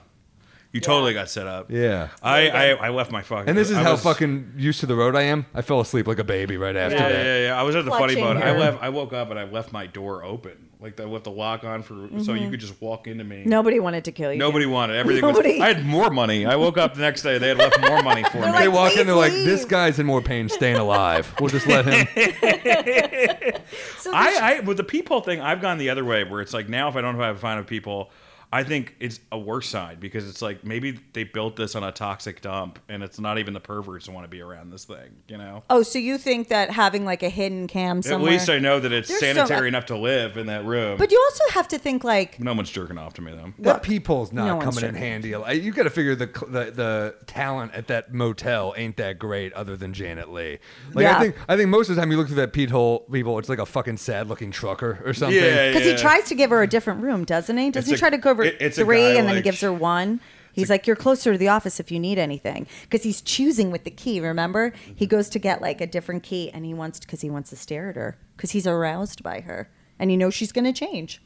A: You totally got set up.
G: Yeah.
A: I, I, I left my fucking.
G: and this is
A: I
G: how
A: was-
G: fucking used to the road i am i fell asleep like a baby right after
A: Yeah,
G: that
A: yeah, yeah. I was at the funny
I: Clutching
A: bone. I
I: her.
A: left. I woke up and I left my door open. Like I left the lock on for so
I: Mm-hmm.
A: you could just walk into me.
I: Nobody wanted to kill you.
A: Nobody wanted everything.
I: Nobody.
A: Was, I had more money. I woke up the next day. They had left more money for me.
G: They
I: Like,
G: walk in, they're like,
I: please
G: "This
I: leave."
G: guy's in more pain staying alive. We'll just let him."
I: So the
A: I, I with the peephole thing, I've gone the other way where it's like now if I don't have a fan of people, I think it's a worse side because it's like maybe they built this on a toxic dump and it's not even the perverts who want to be around this thing, you know?
I: Oh, so you think that having like a hidden cam Oh, somewhere?
A: At least I know that it's
I: There's so-
A: sanitary enough to live in that room.
I: But you also have to think like
A: no one's jerking off to me though.
G: That peephole's not
I: No one's
G: coming in
I: tripping.
G: handy. Like, You got to figure the, cl- the the talent at that motel ain't that great, other than Janet Lee. Like I
I: Yeah.
G: think I think most of the time you look through that peephole, people, it's like a fucking sad looking trucker or something.
A: Yeah,
I: because he tries to give her a different room, doesn't he? Doesn't
A: It's
I: he
A: a-
I: try to go over
A: it- it's a
I: three
A: guy
I: and then he
A: like-
I: gives her one? He's like, "You're closer to the office if you need anything," because he's choosing with the key. Remember, he goes to get like a different key, and he wants because he wants to stare at her because he's aroused by her, and he knows she's going to change.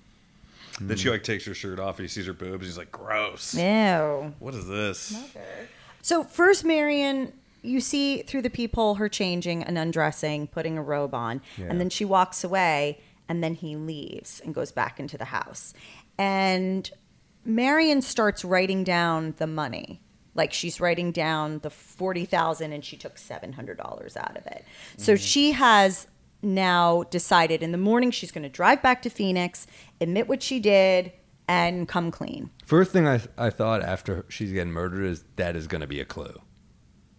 A: Then she like takes her shirt off, he sees her boobs, he's like, Gross.
I: Ew.
A: What is this?
I: So first, Marion you see through the peephole her changing and undressing, putting a robe on, and then she walks away, and then he leaves and goes back into the house, and Marion starts writing down the money. Like she's writing down the forty thousand, and she took seven hundred dollars out of it. So
G: Mm-hmm.
I: she has now decided in the morning she's going to drive back to Phoenix, admit what she did, and come clean.
G: First thing I, I thought after she's getting murdered is that is going to be a clue.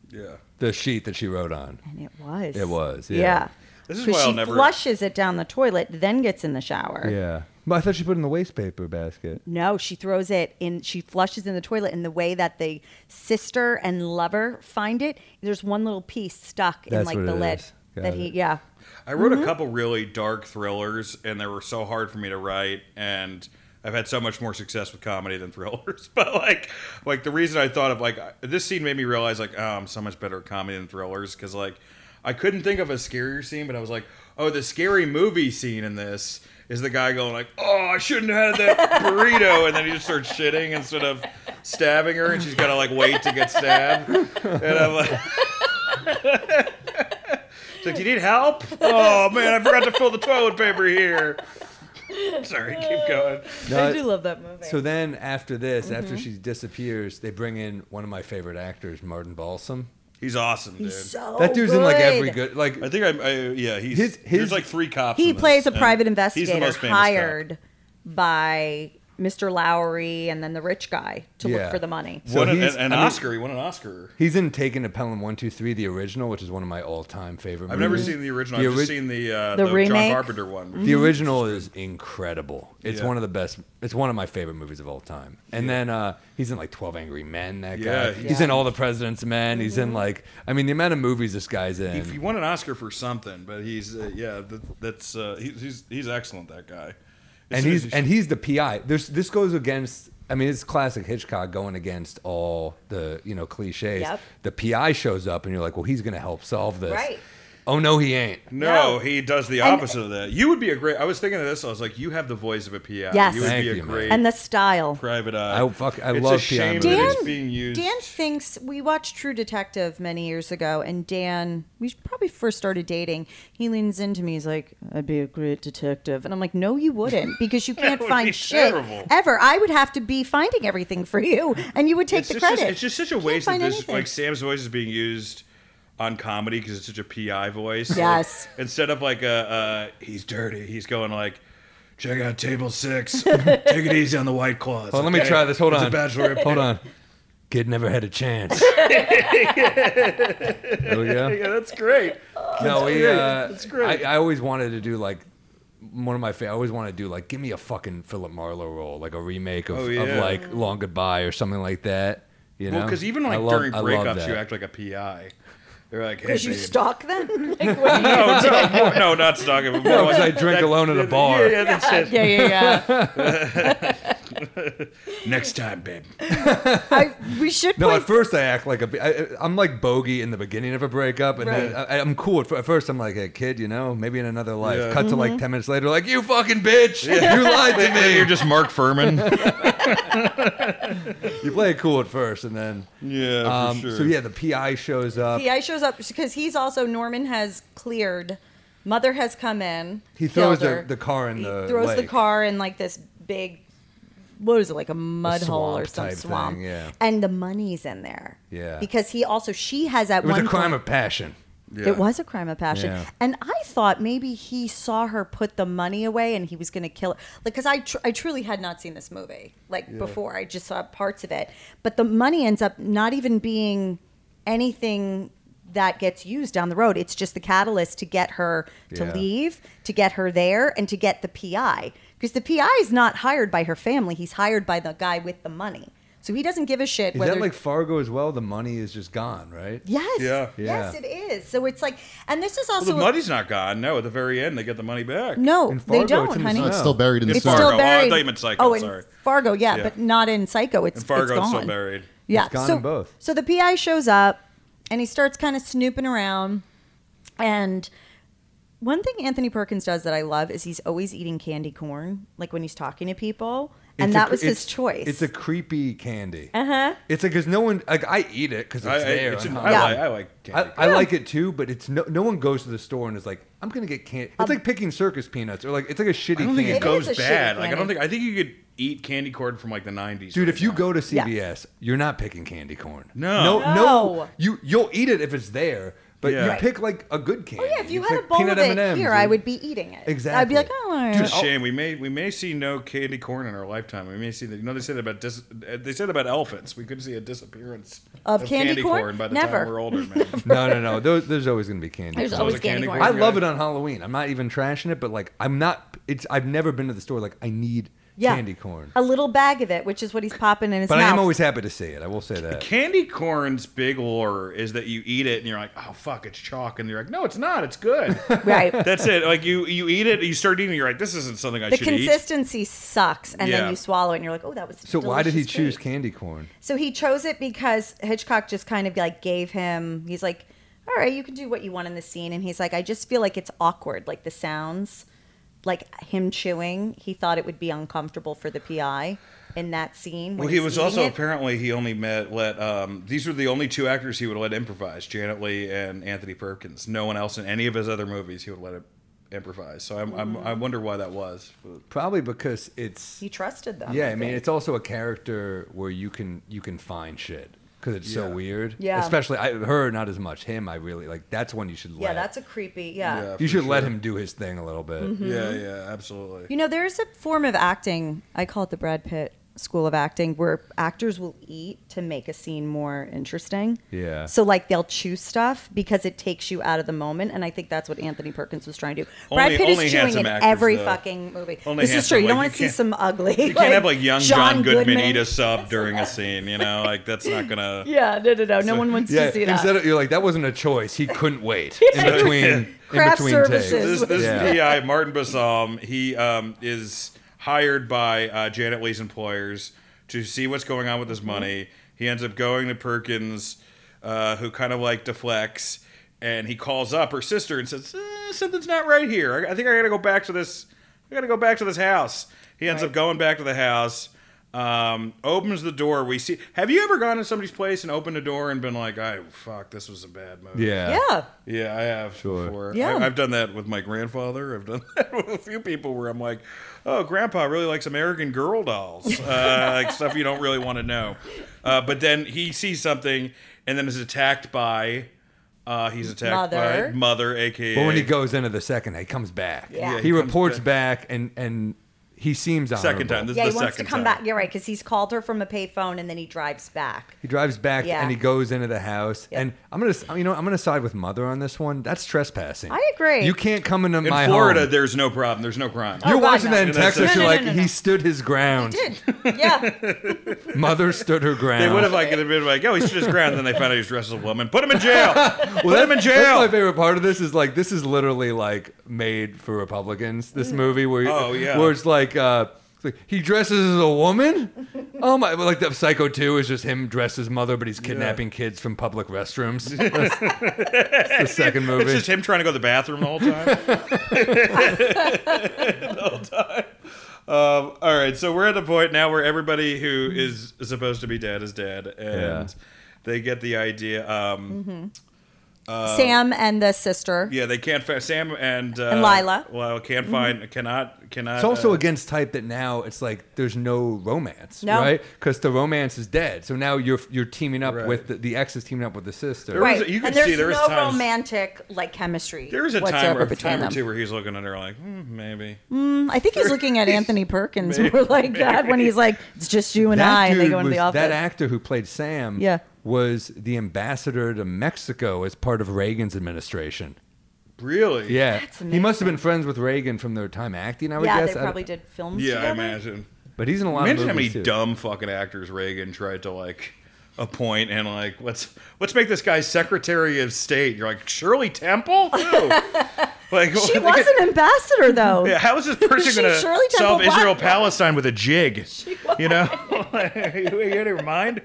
A: Yeah.
G: The sheet that she wrote on.
I: And it was.
G: It was, yeah.
A: This is
I: 'Cause
A: why I'll
I: she
A: never-
I: flushes it down the toilet, then gets in the shower.
G: Yeah. But I thought she put it in the waste paper basket.
I: No, she throws it in. She flushes in the toilet. And the way that the sister and lover find it, there's one little piece stuck in
G: That's
I: like
G: what
I: the
G: it
I: lid.
G: is. Got
I: That he,
G: it.
I: yeah.
A: I wrote a couple really dark thrillers, and they were so hard for me to write. And I've had so much more success with comedy than thrillers. But like, like the reason I thought of like I- this scene made me realize like, oh, I'm so much better at comedy than thrillers because like I couldn't think of a scarier scene, but I was like, oh, the scary movie scene in this is the guy going like, oh, I shouldn't have had that burrito, and then he just starts shitting instead of stabbing her, and she's gotta like wait to get stabbed, and I'm like. It's like, do you need help? Oh man, I forgot to fill the toilet paper here. Sorry, keep going.
G: I do
I: love that movie.
G: So then after this, after she disappears, they bring in one of my favorite actors, Martin Balsam.
A: He's awesome, dude.
I: so
G: that dude's in like every
I: Oh, good.
G: good like
A: I think I'm. I, yeah, he's
G: His- his-
A: there's like three cops.
I: He
A: in this,
I: plays a
A: and He's
I: private
A: the
I: investigator
A: most famous cop.
I: hired by Mr. Lowry and then the rich guy to
G: Yeah.
I: look for the money.
G: So
A: Won an,
G: he's-
A: an, an
G: I mean-
A: Oscar. He won an Oscar.
G: He's in Taken to Pelham One Two Three, the original, which is one of my all-time favorite.
A: I've never
G: movies.
A: seen the original.
G: Mm-hmm. The Mm-hmm.
A: I've
G: ori-
A: just seen the uh,
I: The
A: the, John
I: remake?
A: Carpenter one.
G: The original is incredible. It's
A: Yeah.
G: one of the best. It's one of my favorite movies of all time. And then uh, he's in like Twelve Angry Men. That
A: Yeah,
G: guy.
A: he's-
G: He's in All the President's Men. He's in like. I mean, the amount of movies this guy's in.
A: If he won an Oscar for something, but he's uh, yeah, that, that's uh, he, he's he's excellent. That guy. As
G: and
A: soon as
G: he's
A: you-
G: and he's the PI. There's this goes against. I mean, it's classic Hitchcock going against all the you know cliches.
I: Yep.
G: The PI shows up, and you're like, well, he's going to help solve this.
I: Right.
G: Oh no, he ain't.
A: No,
I: No.
A: he does the
I: And-
A: opposite of that. You would be a great. I was thinking of this. I was like, you have the voice of a PI.
I: Yes.
A: you would
G: Thank
A: be a
G: you, man.
A: great
I: And the style.
A: private eye.
G: I fuck- I
A: it's
G: love
A: a shame
G: piano
A: that
I: Dan-
A: it's being used.
I: Dan thinks we watched True Detective many years ago, and Dan, we probably first started dating. He leans into me, he's like, "I'd be a great detective," and I'm like, "No, you wouldn't, because you can't
A: would be
I: find shit
A: terrible.
I: ever. I would have to be finding everything for you, and you would take
A: it's
I: the
A: just,
I: credit.
A: It's just such a
I: Can't
A: waste of
I: find
A: this.
I: anything.
A: Like Sam's voice is being used on comedy because it's such a PI voice. Like,
I: Yes.
A: instead of like a uh, he's dirty, he's going like. Check out table six. Take it easy on the white claws.
G: Hold on, let me
A: okay?
G: try this. Hold
A: It's
G: on.
A: a bachelor.
G: Hold on. Kid never had a chance. there we go.
A: yeah, that's great.
G: No, we.
A: great.
G: Uh,
A: That's great.
G: I, I always wanted to do like one of my favorite. I always want to do like give me a fucking Philip Marlowe role, like a remake of,
A: Oh,
G: of
A: yeah.
G: like Long Goodbye or something like that. You know,
A: Well, because even
G: I
A: like
G: love-
A: during
G: I love
A: breakups, you
G: that.
A: act like a PI. They're like, hey,
I: because you
A: babe.
I: stalk them.
A: No, no, more- no, not stalking. but more
G: No,
A: like
G: 'cause I drink alone at a bar.
A: Yeah, yeah, that's it.
I: yeah, yeah, yeah.
A: Next time, babe.
I: I, we should.
G: No,
I: point
G: at first I act like a. I, I'm like bogey in the beginning of a breakup, and then
I: Right.
G: I, I'm cool. At fir- at first, I'm like, "Hey, kid, you know, maybe in another life."
A: Yeah.
G: Cut to
I: Mm-hmm.
G: like ten minutes later, like, "You fucking bitch! You lied to me."
A: You're just Mark Furman.
G: You play it cool at first, and then
A: Yeah, for
G: um,
A: sure.
G: So yeah, the PI shows up.
I: PI shows up because he's also Norman has cleared. Mother has come in.
G: He throws
I: killed
G: the,
I: her.
G: the car in
I: he
G: the
I: throws the
G: lake.
I: car in like this big what was it like a mud hole or
G: swamp
I: some
G: type
I: swamp
G: thing, yeah.
I: and the money's in there
G: Yeah.
I: because he also she has at
G: It was
I: one
G: a crime
I: point-
G: of passion.
A: Yeah.
I: it was a crime of passion
G: Yeah.
I: and i thought maybe he saw her put the money away and he was going to kill her like because I, tr- I truly had not seen this movie like before i just saw parts of it but the money ends up not even being anything that gets used down the road it's just the catalyst to get her to
G: Yeah.
I: leave to get her there and to get the pi because the pi is not hired by her family he's hired by the guy with the money so he doesn't give a shit
G: Is
I: whether
G: that like Fargo as well? The money is just gone, right?
I: yes
A: Yeah.
I: yes
G: Yeah.
I: it is so it's like and this is
A: Well,
I: also
A: the
I: a-
A: money's not gone. No, at the very end, they get the money back.
I: No,
G: In Fargo,
I: they
G: it's
I: don't,
G: in the
I: honey.
D: No, it's
G: No.
D: still buried in the
A: Oh. It's
D: snow.
I: still
A: Fargo. Oh, I
I: buried.
A: thought you meant Psycho,
I: Oh, in
A: sorry.
I: Fargo, yeah,
A: Yeah.
I: but not in Psycho. It's
A: In Fargo,
I: it's
A: it's
I: gone.
A: still buried.
I: Yeah,
G: It's gone
I: so,
G: in both.
I: So the PI shows up and he starts kind of snooping around. And one thing Anthony Perkins does that I love is he's always eating candy corn, like when he's talking to people. and
G: It's
I: that
G: a-
I: was
G: it's-
I: his choice. Uh-huh.
G: It's a creepy candy. Uh huh. It's like because no one like I eat it because it's
A: I, I,
G: there.
A: it's-
G: and
A: I
G: I,
I: Yeah.
A: like, I like candy.
G: I, I like it too, but it's no no one goes to the store and is like I'm gonna get candy.
I: Um,
G: It's like picking circus peanuts or like it's like a shitty
A: I don't think
G: candy.
A: it
I: It
A: goes
I: is a shitty
A: bad. Like I don't
I: candy.
A: think I think you could eat candy corn from like the nineties.
G: Dude, if you go to
I: Yeah.
G: CVS, you're not picking candy corn.
A: No.
G: no, no.
I: No.
G: You you'll eat it if it's there, but
A: Yeah.
G: you
A: Right.
G: pick like a good candy.
I: Oh yeah, if you, had a
G: pick
I: bowl
G: peanut
I: of it
G: M&Ms,
I: here,
G: dude.
I: I would be eating it. I'd
G: Exactly.
I: be like, oh, all
A: It's a
I: right.
A: shame. We may we may see no candy corn in our lifetime. We may see that. You know, they said about dis, uh, they said about elephants. We could see a disappearance
I: Of candy corn?
A: by the
I: Never.
A: time we're older, man.
G: No, no, no. There's, there's always gonna be candy.
I: There's
G: corn.
I: always
A: a candy
I: candy corn.
A: corn.
G: I
A: Yeah.
G: love it on Halloween. I'm not even trashing it, but like I'm not. It's I've never been to the store like I need
I: Yeah.
G: candy corn.
I: A little bag of it, which is what he's popping in his
G: But I
I: mouth.
G: am always happy to see it. I will say that.
A: candy corn's big lore is that you eat it and you're like, oh fuck, it's chalk, and you're like, no, it's not. It's good.
I: right.
A: That's it. Like you you eat it, you start eating, you're like, this isn't something I
I: the
A: should eat.
I: consistency sucks, and then
A: Yeah.
I: you swallow it, and you're like, oh, that was.
G: So why did he
I: delicious
G: choose
I: food."
G: candy corn?
I: So he chose it because Hitchcock just kind of like gave him. He's like, all right, you can do what you want in the scene, and he's like, I just feel like it's awkward, like the sounds, like him chewing. He thought it would be uncomfortable for the PI in that scene. when
A: Well, he
I: he's
A: was
I: eating
A: also
I: it.
A: apparently he only met let um, these were the only two actors he would let improvise Janet Lee and Anthony Perkins. No one else in any of his other movies he would let it improvise. So I'm, I'm
I: Mm.
A: I wonder why that was.
I: Mm-hmm.
G: Probably because it's
I: He trusted them.
G: yeah.
I: I
G: I mean,
I: think.
G: it's also a character where you can you can find shit because it's so
A: Yeah.
G: weird.
I: Yeah.
G: Especially I, her, not as much him. I really like. That's one you should let.
I: yeah, that's Mm-hmm. a creepy. Yeah.
A: Yeah.
G: you should
A: for
G: let
A: sure.
G: him do his thing a little bit.
A: Yeah, yeah, absolutely.
I: You know, there's a form of acting. I call it the Brad Pitt school of acting, where actors will eat to make a scene more interesting.
G: Yeah.
I: So like they'll chew stuff because it takes you out of the moment, and I think that's what Anthony Perkins was trying to do. Brad
A: Only-
I: Pitt
A: only
I: is chewing
A: handsome
I: in
A: actors,
I: every
A: though.
I: fucking movie.
A: Only
I: this is true.
A: handsome,
I: You
A: like,
I: don't want
A: you
I: to see
A: can't-
I: some ugly.
A: You can't have like young John, Goodman, eat a sub during a scene, you know? Like that's not gonna.
I: Yeah, no, no, no. No one wants
G: Yeah,
I: to see that.
G: instead of, you're like that wasn't a choice. He couldn't wait in between in
I: Craft
G: between
I: services.
G: takes.
A: This, this
G: Yeah.
A: PI Martin Bassam, he um, is hired by uh, Janet Lee's employers to see what's going on with his money. He ends up going to Perkins, uh, who kind of like deflects, and he calls up her sister and says, eh, "Something's not right here. I, I think I gotta go back to this. I gotta go back to this house." He ends up going back to the house. Um, opens the door. We see. Have you ever gone to somebody's place and opened a door and been like, "I fuck, this was a bad move."
G: Yeah.
I: yeah.
A: Yeah, I have
G: Sure.
A: before.
I: Yeah.
A: I, I've done that with my grandfather. I've done that with a few people where I'm like, "Oh, Grandpa really likes American Girl dolls, uh, like stuff you don't really want to know." Uh, but then he sees something, and then is attacked by. Uh, he's attacked
I: Mother.
A: by mother, aka.
G: But when he goes into the second, he comes back.
I: Yeah. Yeah,
G: he,
I: he
A: comes
G: reports back. and and he seems honorable.
A: second time, this
I: Yeah,
A: is
I: he
A: the
I: wants to
A: second
I: come
A: time.
I: back. You're right, because he's called her from a payphone and then he drives back.
G: He drives back
I: Yeah.
G: and he goes into the house.
I: Yep.
G: And I'm gonna, you know, I'm gonna side with mother on this one. That's trespassing.
I: I agree.
G: You can't come into
A: In
G: my
A: Florida,
G: home.
A: there's no problem. There's no crime.
G: You're
I: Oh, God,
G: watching
I: no.
G: that in
A: No, that's
G: Texas.
A: it.
G: You're
I: No, no,
G: like,
I: no, no.
G: he stood his ground.
I: Did yeah.
G: Mother stood her ground.
A: They would have like it'd been like, oh, he stood his ground. Then they found out he was dressed as a woman. Put him in jail. Put him in
G: That's my
A: jail.
G: favorite part of this is like this is literally like made for Republicans. This movie where
A: Oh, yeah.
G: where it's like uh it's like, he dresses as a woman. Oh my! Like the Psycho Two is just him dressed as mother, but he's kidnapping kids from public restrooms. That's, that's the second movie.
A: It's just him trying to go to the bathroom the whole time. Um, all right, so we're at a point now where everybody who is supposed to be dead is dead, and
G: Yeah.
A: they get the idea.
I: Mm-hmm.
A: Um,
I: Sam and the sister.
A: Yeah, they can't. Fa- Sam and, uh,
I: And Lila. Mm-hmm.
A: Lila can't find, cannot, cannot.
G: It's also
A: uh,
G: against type that now it's like there's no romance,
I: No.
G: right? Because the romance is dead. So now you're you're teaming up
A: Right.
G: with the, the ex is teaming up with the sister.
A: There was-
I: Right.
A: you could
I: and there's
A: see there was
I: no
A: times-
I: romantic like chemistry.
A: there was a time,
I: whatsoever
A: or, a
I: between
A: time or
I: them.
A: two where he's looking at her like, hmm, maybe.
I: I think he's looking at Anthony Perkins more like that when he's like, "It's just you and I," and they
G: dude
I: go into
G: was-
I: the office.
G: that actor who played Sam
I: Yeah.
G: was the ambassador to Mexico as part of Reagan's administration.
A: Really?
G: Yeah.
I: That's
G: He must have been friends with Reagan from their time acting, I would
I: yeah,
G: guess.
I: they
G: I don't-
I: probably did films.
A: Yeah, I
I: together.
A: imagine.
G: But he's in a lot
A: Imagine how
G: of
A: many
G: movies too.
A: dumb fucking actors Reagan tried to like appoint and like let's let's make this guy Secretary of State. You're like Shirley Temple. Ew. like
I: She was an ambassador though.
A: Yeah, how is this person
I: She-
A: going
I: Shirley
A: to
I: Temple
A: solve
I: Black-
A: Israel Palestine with a jig? You know, you out of your mind?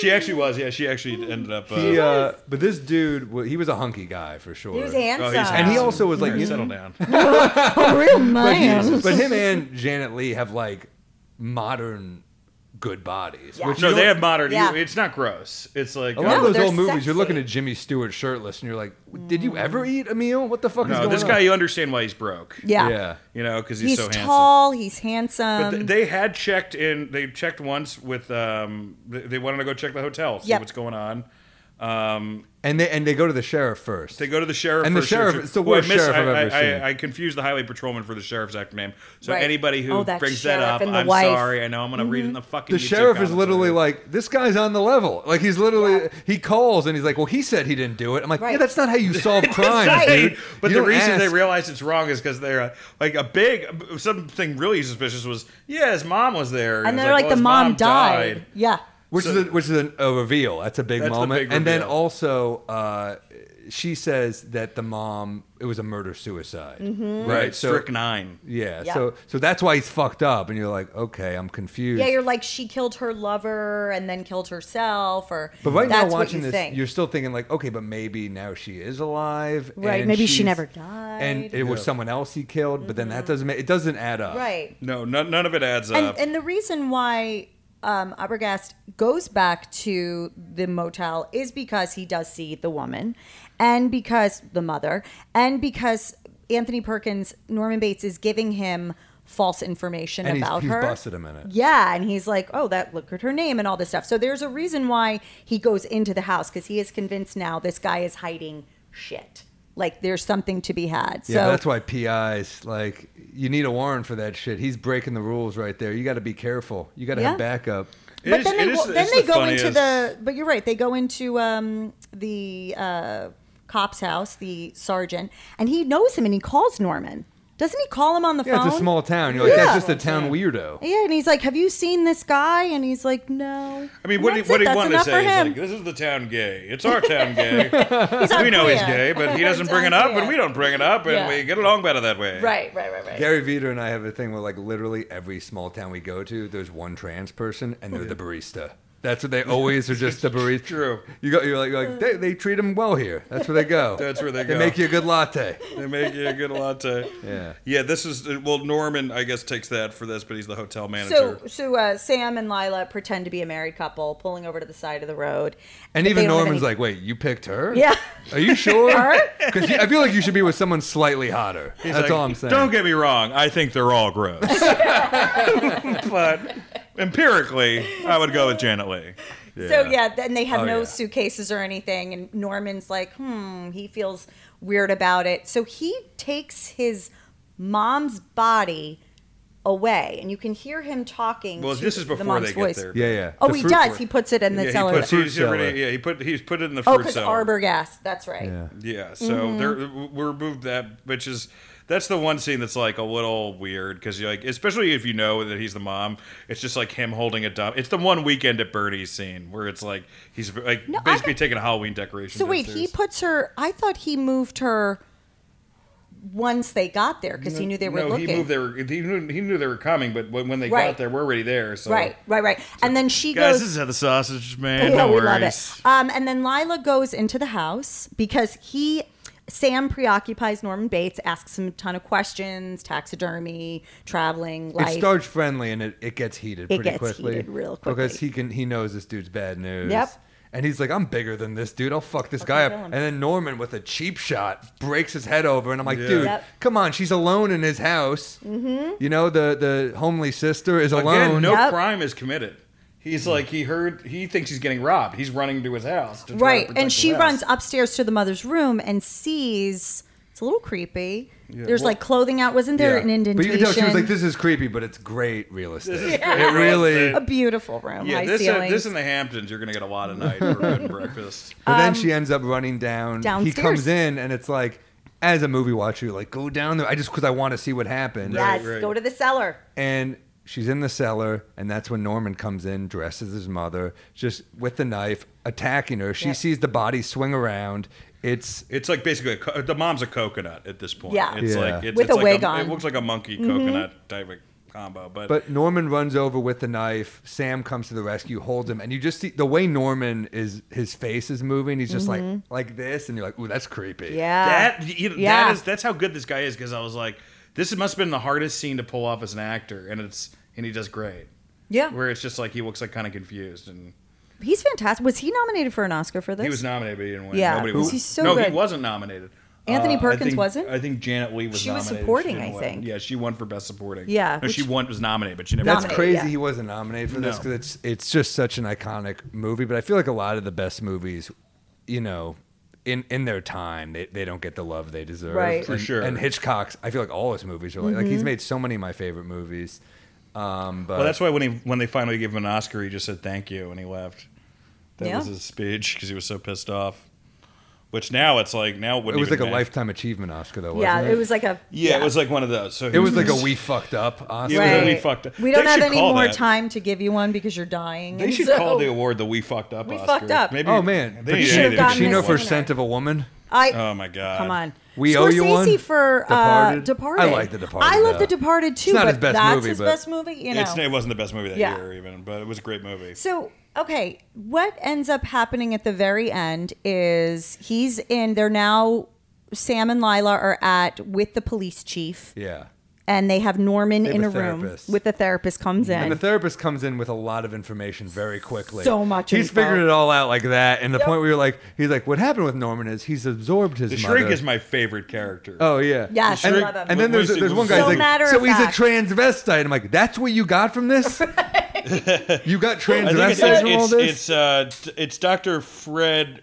A: She actually was. Yeah, she actually ended up. Uh,
G: He, uh, but this dude, well, he was a hunky guy for sure.
I: He was handsome.
G: And he also was like,
A: All right,
G: you know-
A: settle down.
I: a
G: but,
I: real man.
G: but him and Janet Lee have like modern good bodies.
I: Yeah.
G: Which
A: No,
G: you
A: they
G: don't-
A: have modern. you-
I: Yeah.
A: it's not gross. It's like uh,
G: a lot
I: No,
G: of those
I: they're
G: old movies. You're
I: sexy. Mm.
G: looking at Jimmy Stewart shirtless, and you're like, "Did you ever eat a meal? What the fuck is
A: no,
G: going
A: this
G: on?"
A: guy. You understand why he's broke.
I: Yeah.
G: yeah.
A: you know because he's,
I: He's,
A: so handsome.
I: tall. He's
A: But
I: handsome.
A: th- they had checked in. They checked once with. Um, th- they wanted to go check the hotel, see
I: Yep.
A: what's going on. Um,
G: and they and they go to the sheriff first.
A: They go to the sheriff.
G: And the
A: first,
G: sheriff-
A: which-
G: it's the
A: who I
G: worst
A: miss-
G: sheriff I've
A: I,
G: ever
A: I-
G: seen.
A: I, I confused the highway patrolman for the sheriff's actor name. So
I: Right.
A: anybody who
I: Oh, that
A: brings that
I: sheriff
A: up,
I: and the
A: I'm
I: wife. Mm-hmm.
A: sorry. I know I'm going to read it in the fucking.
G: the
A: YouTube
G: sheriff is
A: comments
G: literally
A: later.
G: like, "This guy's on the level." Like he's literally he calls and he's like, "Well, he said he didn't do it." I'm like,
I: Right.
G: "Yeah, that's not how you solve crimes,
I: right.
G: dude."
A: But
G: You
A: the
G: don't
A: reason they
G: ask-
A: realize it's wrong is because they're uh, like a big something really suspicious was yeah his mom was there
I: and
A: it's
I: they're like,
A: well, oh,
I: the
A: his
I: mom, died. Yeah.
G: which is a, which is a, a reveal. That's a big
A: That's the
G: moment.
A: big
G: and then
A: reveal.
G: also, uh, she says that the mom it was a murder suicide, right?
A: right strychnine
G: Yeah,
I: Yeah.
G: so so that's why he's fucked up, and you're like, okay, I'm confused.
I: Yeah, you're like she killed her lover and then killed herself, or
G: but right
I: that's
G: now, watching
I: what you
G: this,
I: think.
G: you're still thinking like, okay, but maybe now she is alive,
I: Right,
G: and
I: maybe she
G: she's-
I: never died. Mm-hmm.
G: and it was someone else he killed. But then that doesn't make it doesn't add up,
I: right.
A: no none, none of it adds
G: Uh,
I: And,
A: up
I: and the reason why um, Arbogast goes back to the motel is because he does see the woman, and because the mother, and because Anthony Perkins, Norman Bates is giving him false information
G: And he's,
I: about
G: he's
I: her.
G: busted a minute.
I: Yeah, and he's like, "Oh, that look at her name and all this stuff." So there's a reason why he goes into the house because he is convinced now this guy is hiding shit. Like there's something to be had.
G: Yeah,
I: so
G: that's why PIs like you need a warrant for that shit. He's breaking the rules right there. You got to be careful. You got to
I: Yeah.
G: have backup.
A: It
I: But
A: is-
I: then they
A: it is-
I: go- then
A: it's
I: they
A: the
I: go into
A: funniest-
I: the. But you're right. They go into um, the uh, cop's house, the sergeant, and he knows him and he calls Norman. Doesn't he call him on the
G: Yeah,
I: phone?
G: it's a small town. You're like,
I: Yeah.
G: that's just a town weirdo.
I: Yeah, and he's like, "Have you seen this guy?" And he's like, "No."
A: I mean,
I: And
A: what he,
I: that's
A: what
I: it.
A: he
I: That's
A: wanted to
I: enough for
A: say is
I: him.
A: like, this is the town gay. It's our town gay.
I: He's
A: we know he's gay,
I: unclear.
A: but he doesn't bring it up, and we don't bring it up, and
I: Yeah.
A: we get along better that way.
I: Right, right, right, right.
G: Gary Veter and I have a thing where like literally every small town we go to, there's one trans person and they're the barista. That's what they always are, just the barista.
A: True.
G: You go, you're like, you're like they, they treat them well here. That's where they go.
A: That's where they
G: They
A: go.
G: make you a good latte.
A: They make you a good latte.
G: Yeah.
A: Yeah, this is, well, Norman, I guess, takes that for this, but he's the hotel manager.
I: So, so uh, Sam and Lila pretend to be a married couple, pulling over to the side of the road,
G: And
I: But
G: even
I: they don't have
G: Norman's
I: any-
G: like, wait, you picked her?
I: Yeah.
G: Are you sure?
I: Her?
G: Because I feel like you should be with someone slightly hotter. That's
A: Like,
G: all I'm saying.
A: Don't get me wrong. I think they're all gross. but empirically, I would go with Janet Leigh.
I: So yeah, then they have
G: Oh,
I: no
G: yeah.
I: suitcases or anything, and Norman's like, hmm, he feels weird about it. So he takes his mom's body away, and you can hear him talking.
A: Well,
I: to
A: this is
I: the
A: before
I: mom's
A: they get
I: voice.
A: there.
G: yeah, yeah.
I: Oh,
G: The
I: he
G: fruit
I: does.
G: fork.
I: He puts it in the
A: Yeah, he
I: cellar.
A: puts,
G: Fruit
A: he's already-
G: cellar.
A: yeah, he put he's put it in the
I: oh,
A: fruit
I: because
A: cellar.
I: Arbogast. That's right.
G: Yeah.
A: Yeah, so
I: Mm-hmm.
A: there we removed that, which is that's the one scene that's like a little weird because you like, especially if you know that he's the mom, it's just like him holding a dump. It's the one weekend at Bernie's scene where it's like he's like
I: No, I
A: basically
I: got-
A: taking a Halloween decoration.
I: So wait, he puts her. I thought he moved her once they got there because he knew they were
A: no,
I: looking.
A: he moved. They were he knew, he knew they were coming, but when, when they
I: Right.
A: got there, we're already there. So
I: Right, right, right. And then she
A: guys,
I: goes.
A: this is how the sausage is made.
I: yeah,
A: no
I: we
A: worries.
I: love it. Um, and then Lila goes into the house because he, Sam preoccupies Norman Bates, asks him a ton of questions, taxidermy, traveling, life.
G: It starts friendly and it, it gets heated
I: It
G: pretty
I: gets
G: quickly.
I: heated real
G: Because
I: quickly.
G: he can he knows this dude's bad news.
I: Yep.
G: And he's like, I'm bigger than this dude. I'll fuck this guy up.
I: kill him.
G: And then Norman with a cheap shot breaks his head over, and I'm like, dude,
I: Yep.
G: come on. She's alone in his house. Mm-hmm. You know, the the homely sister is alone.
A: Again, no
I: Yep.
A: crime is committed. He's like he heard. He thinks he's getting robbed. He's running to his house. To try to
I: right.
A: protect
I: And
A: his
I: she
A: house.
I: runs upstairs to the mother's room and sees it's a little creepy. There's
A: well-
I: like clothing out. Wasn't there an indentation?
G: But you can tell she was like, this is creepy, but it's great real estate. It really.
I: a beautiful room,
A: Yeah,
I: high
A: this, uh,
I: ceilings. Um,
A: this in the Hamptons, you're gonna get a lot of night for bed and breakfast.
G: But then she ends up running down. He
I: downstairs.
G: comes in, and it's like, as a movie watcher, you're like, go down there. I just, because I want to see what happens.
I: yes,
A: Right, right.
I: go to the cellar.
G: and she's in the cellar and that's when norman comes in dressed as his mother just with the knife attacking her she
I: Yep.
G: sees the body swing around it's
A: It's like basically a co- the mom's a coconut at this point.
I: Yeah.
A: it's
G: Yeah.
A: like it's,
I: With
A: it's
I: a
A: like
I: wig
A: It
I: on. Mm-hmm.
A: looks like a monkey coconut type of combo, but,
G: but norman runs over with the knife sam comes to the rescue holds him and you just see the way norman is his face is moving he's just like like this and you're like ooh that's creepy
I: Mm-hmm. Yeah.
A: that you know,
I: Yeah.
A: that is that's how good this guy is because I was like, this must have been the hardest scene to pull off as an actor, and it's and he does great.
I: Yeah.
A: Where it's just like he looks like kind of confused and
I: He's fantastic. Was he nominated for an Oscar for this?
A: he was nominated but he didn't win.
I: Yeah,
A: Nobody
I: because
A: won.
I: he's so
A: no, he
I: good.
A: wasn't nominated. Uh,
I: Anthony
A: I
I: Perkins
A: think-
I: wasn't?
A: I think Janet Lee was.
I: She was
A: nominated.
I: supporting,
A: didn't
I: I
A: win.
I: think.
A: Yeah, she won for best supporting.
I: Yeah,
A: no, she
I: which-
A: won was nominated, but she never.
G: That's
A: won.
I: Nominated,
G: crazy.
I: yeah.
G: He wasn't nominated for this
A: No.
G: 'cause this because it's it's just such an iconic movie. But I feel like a lot of the best movies, you know, in in their time, they, they don't get the love they deserve.
I: Right. Mm-hmm. For
G: And-
A: sure.
G: And Hitchcock's, I feel like all his movies are like, like he's made so many of my favorite movies. Um, but
A: Well, that's why when he when they finally gave him an Oscar, he just said thank you and he left. That
I: Yeah.
A: was his speech because he was so pissed off. Which now it's like now it,
G: it
A: wouldn't
G: was like
A: even
G: a
A: matter.
G: lifetime achievement Oscar though.
I: yeah,
G: wasn't
I: it was like a.
A: Yeah, it was like one of those. So he
G: It was like a we fucked up Oscar.
A: Yeah, it was a we
I: Right.
A: fucked up.
I: We don't
A: They
I: have
A: should
I: any
A: call
I: more
A: that.
I: time to give you one because you're dying.
A: They
I: and
A: should
I: so-
A: call the award the "We fucked up."
I: We
A: Oscar.
I: fucked up.
A: Maybe,
G: Oh man,
A: They
I: should have
A: should
I: gotten
G: Pacino
I: this
G: for
I: sooner.
G: Scent of a Woman.
I: I,
A: Oh my god!
I: Come on.
G: We
I: Scorsese
G: owe you one?
I: for
G: Departed? I
I: Departed. Uh, Departed.
G: like The Departed,
I: I love
G: though.
I: The Departed too,
G: It's not
I: but
G: his best
I: that's
G: movie,
I: his
G: but
I: best movie, you know.
A: It's, it wasn't the best movie that
I: Yeah.
A: year, even, but it was a great movie.
I: So, okay, what ends up happening at the very end is he's in, they're now, Sam and Lila are at with the police chief,
G: Yeah.
I: and they have Norman
G: have
I: in
G: a
I: a, room
G: therapist.
I: with the therapist comes in.
G: And the therapist comes in with a lot of information very quickly.
I: So much
G: He's
I: info.
G: figured it all out like that. And the point where you're like, he's like, what happened with Norman is he's absorbed his
A: The
G: mother.
A: Shrink is my favorite character.
G: Oh yeah.
I: Yes,
G: and,
I: I love him.
G: and then there's
A: Lucy
G: there's one
A: was-
G: guy's
I: So matter
G: like,
I: of
G: so he's
I: fact.
G: a transvestite. I'm like, that's what you got from this? you got
A: I think it's
G: transvestite
A: it's
G: from all
A: it's,
G: this?
A: it's, uh, t- it's Dr. Fred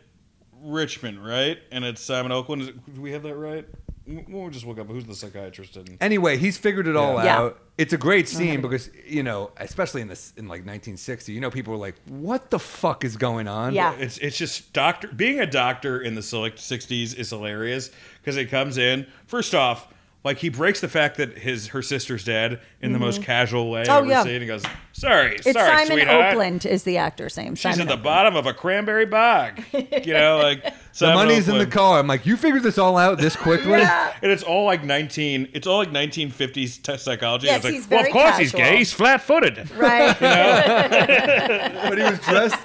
A: Richmond, right? And it's Simon Oakland. Is it- Do we have that right? W- We'll just look up who's the psychiatrist. And
G: anyway, he's figured it all
I: Yeah.
G: out. It's a great
I: Mm-hmm.
G: scene because you know, especially in this in like 1960, you know, people were like, "What the fuck is going on?"
I: Yeah.
A: it's it's just doctor being a doctor in the select 60s is hilarious because it comes in first off like he breaks the fact that his her sister's dead in the most casual way
I: Oh,
A: I've ever
I: yeah.
A: seen. He goes, "Sorry,
I: it's
A: sorry,
I: Simon
A: sweetheart."
I: Oakland is the actor's name.
A: She's
I: Simon
A: at the
I: Oakland.
A: bottom of a cranberry bog. You know, like
G: The money's in the car. I'm like, you figured this all out this quickly?
A: and it's all like 19 it's all like 1950s t- psychology
I: Yes,
A: it's like
I: he's
A: well of
I: very
A: course he's
I: casual.
A: gay he's flat-footed
I: Right.
G: but he was dressed.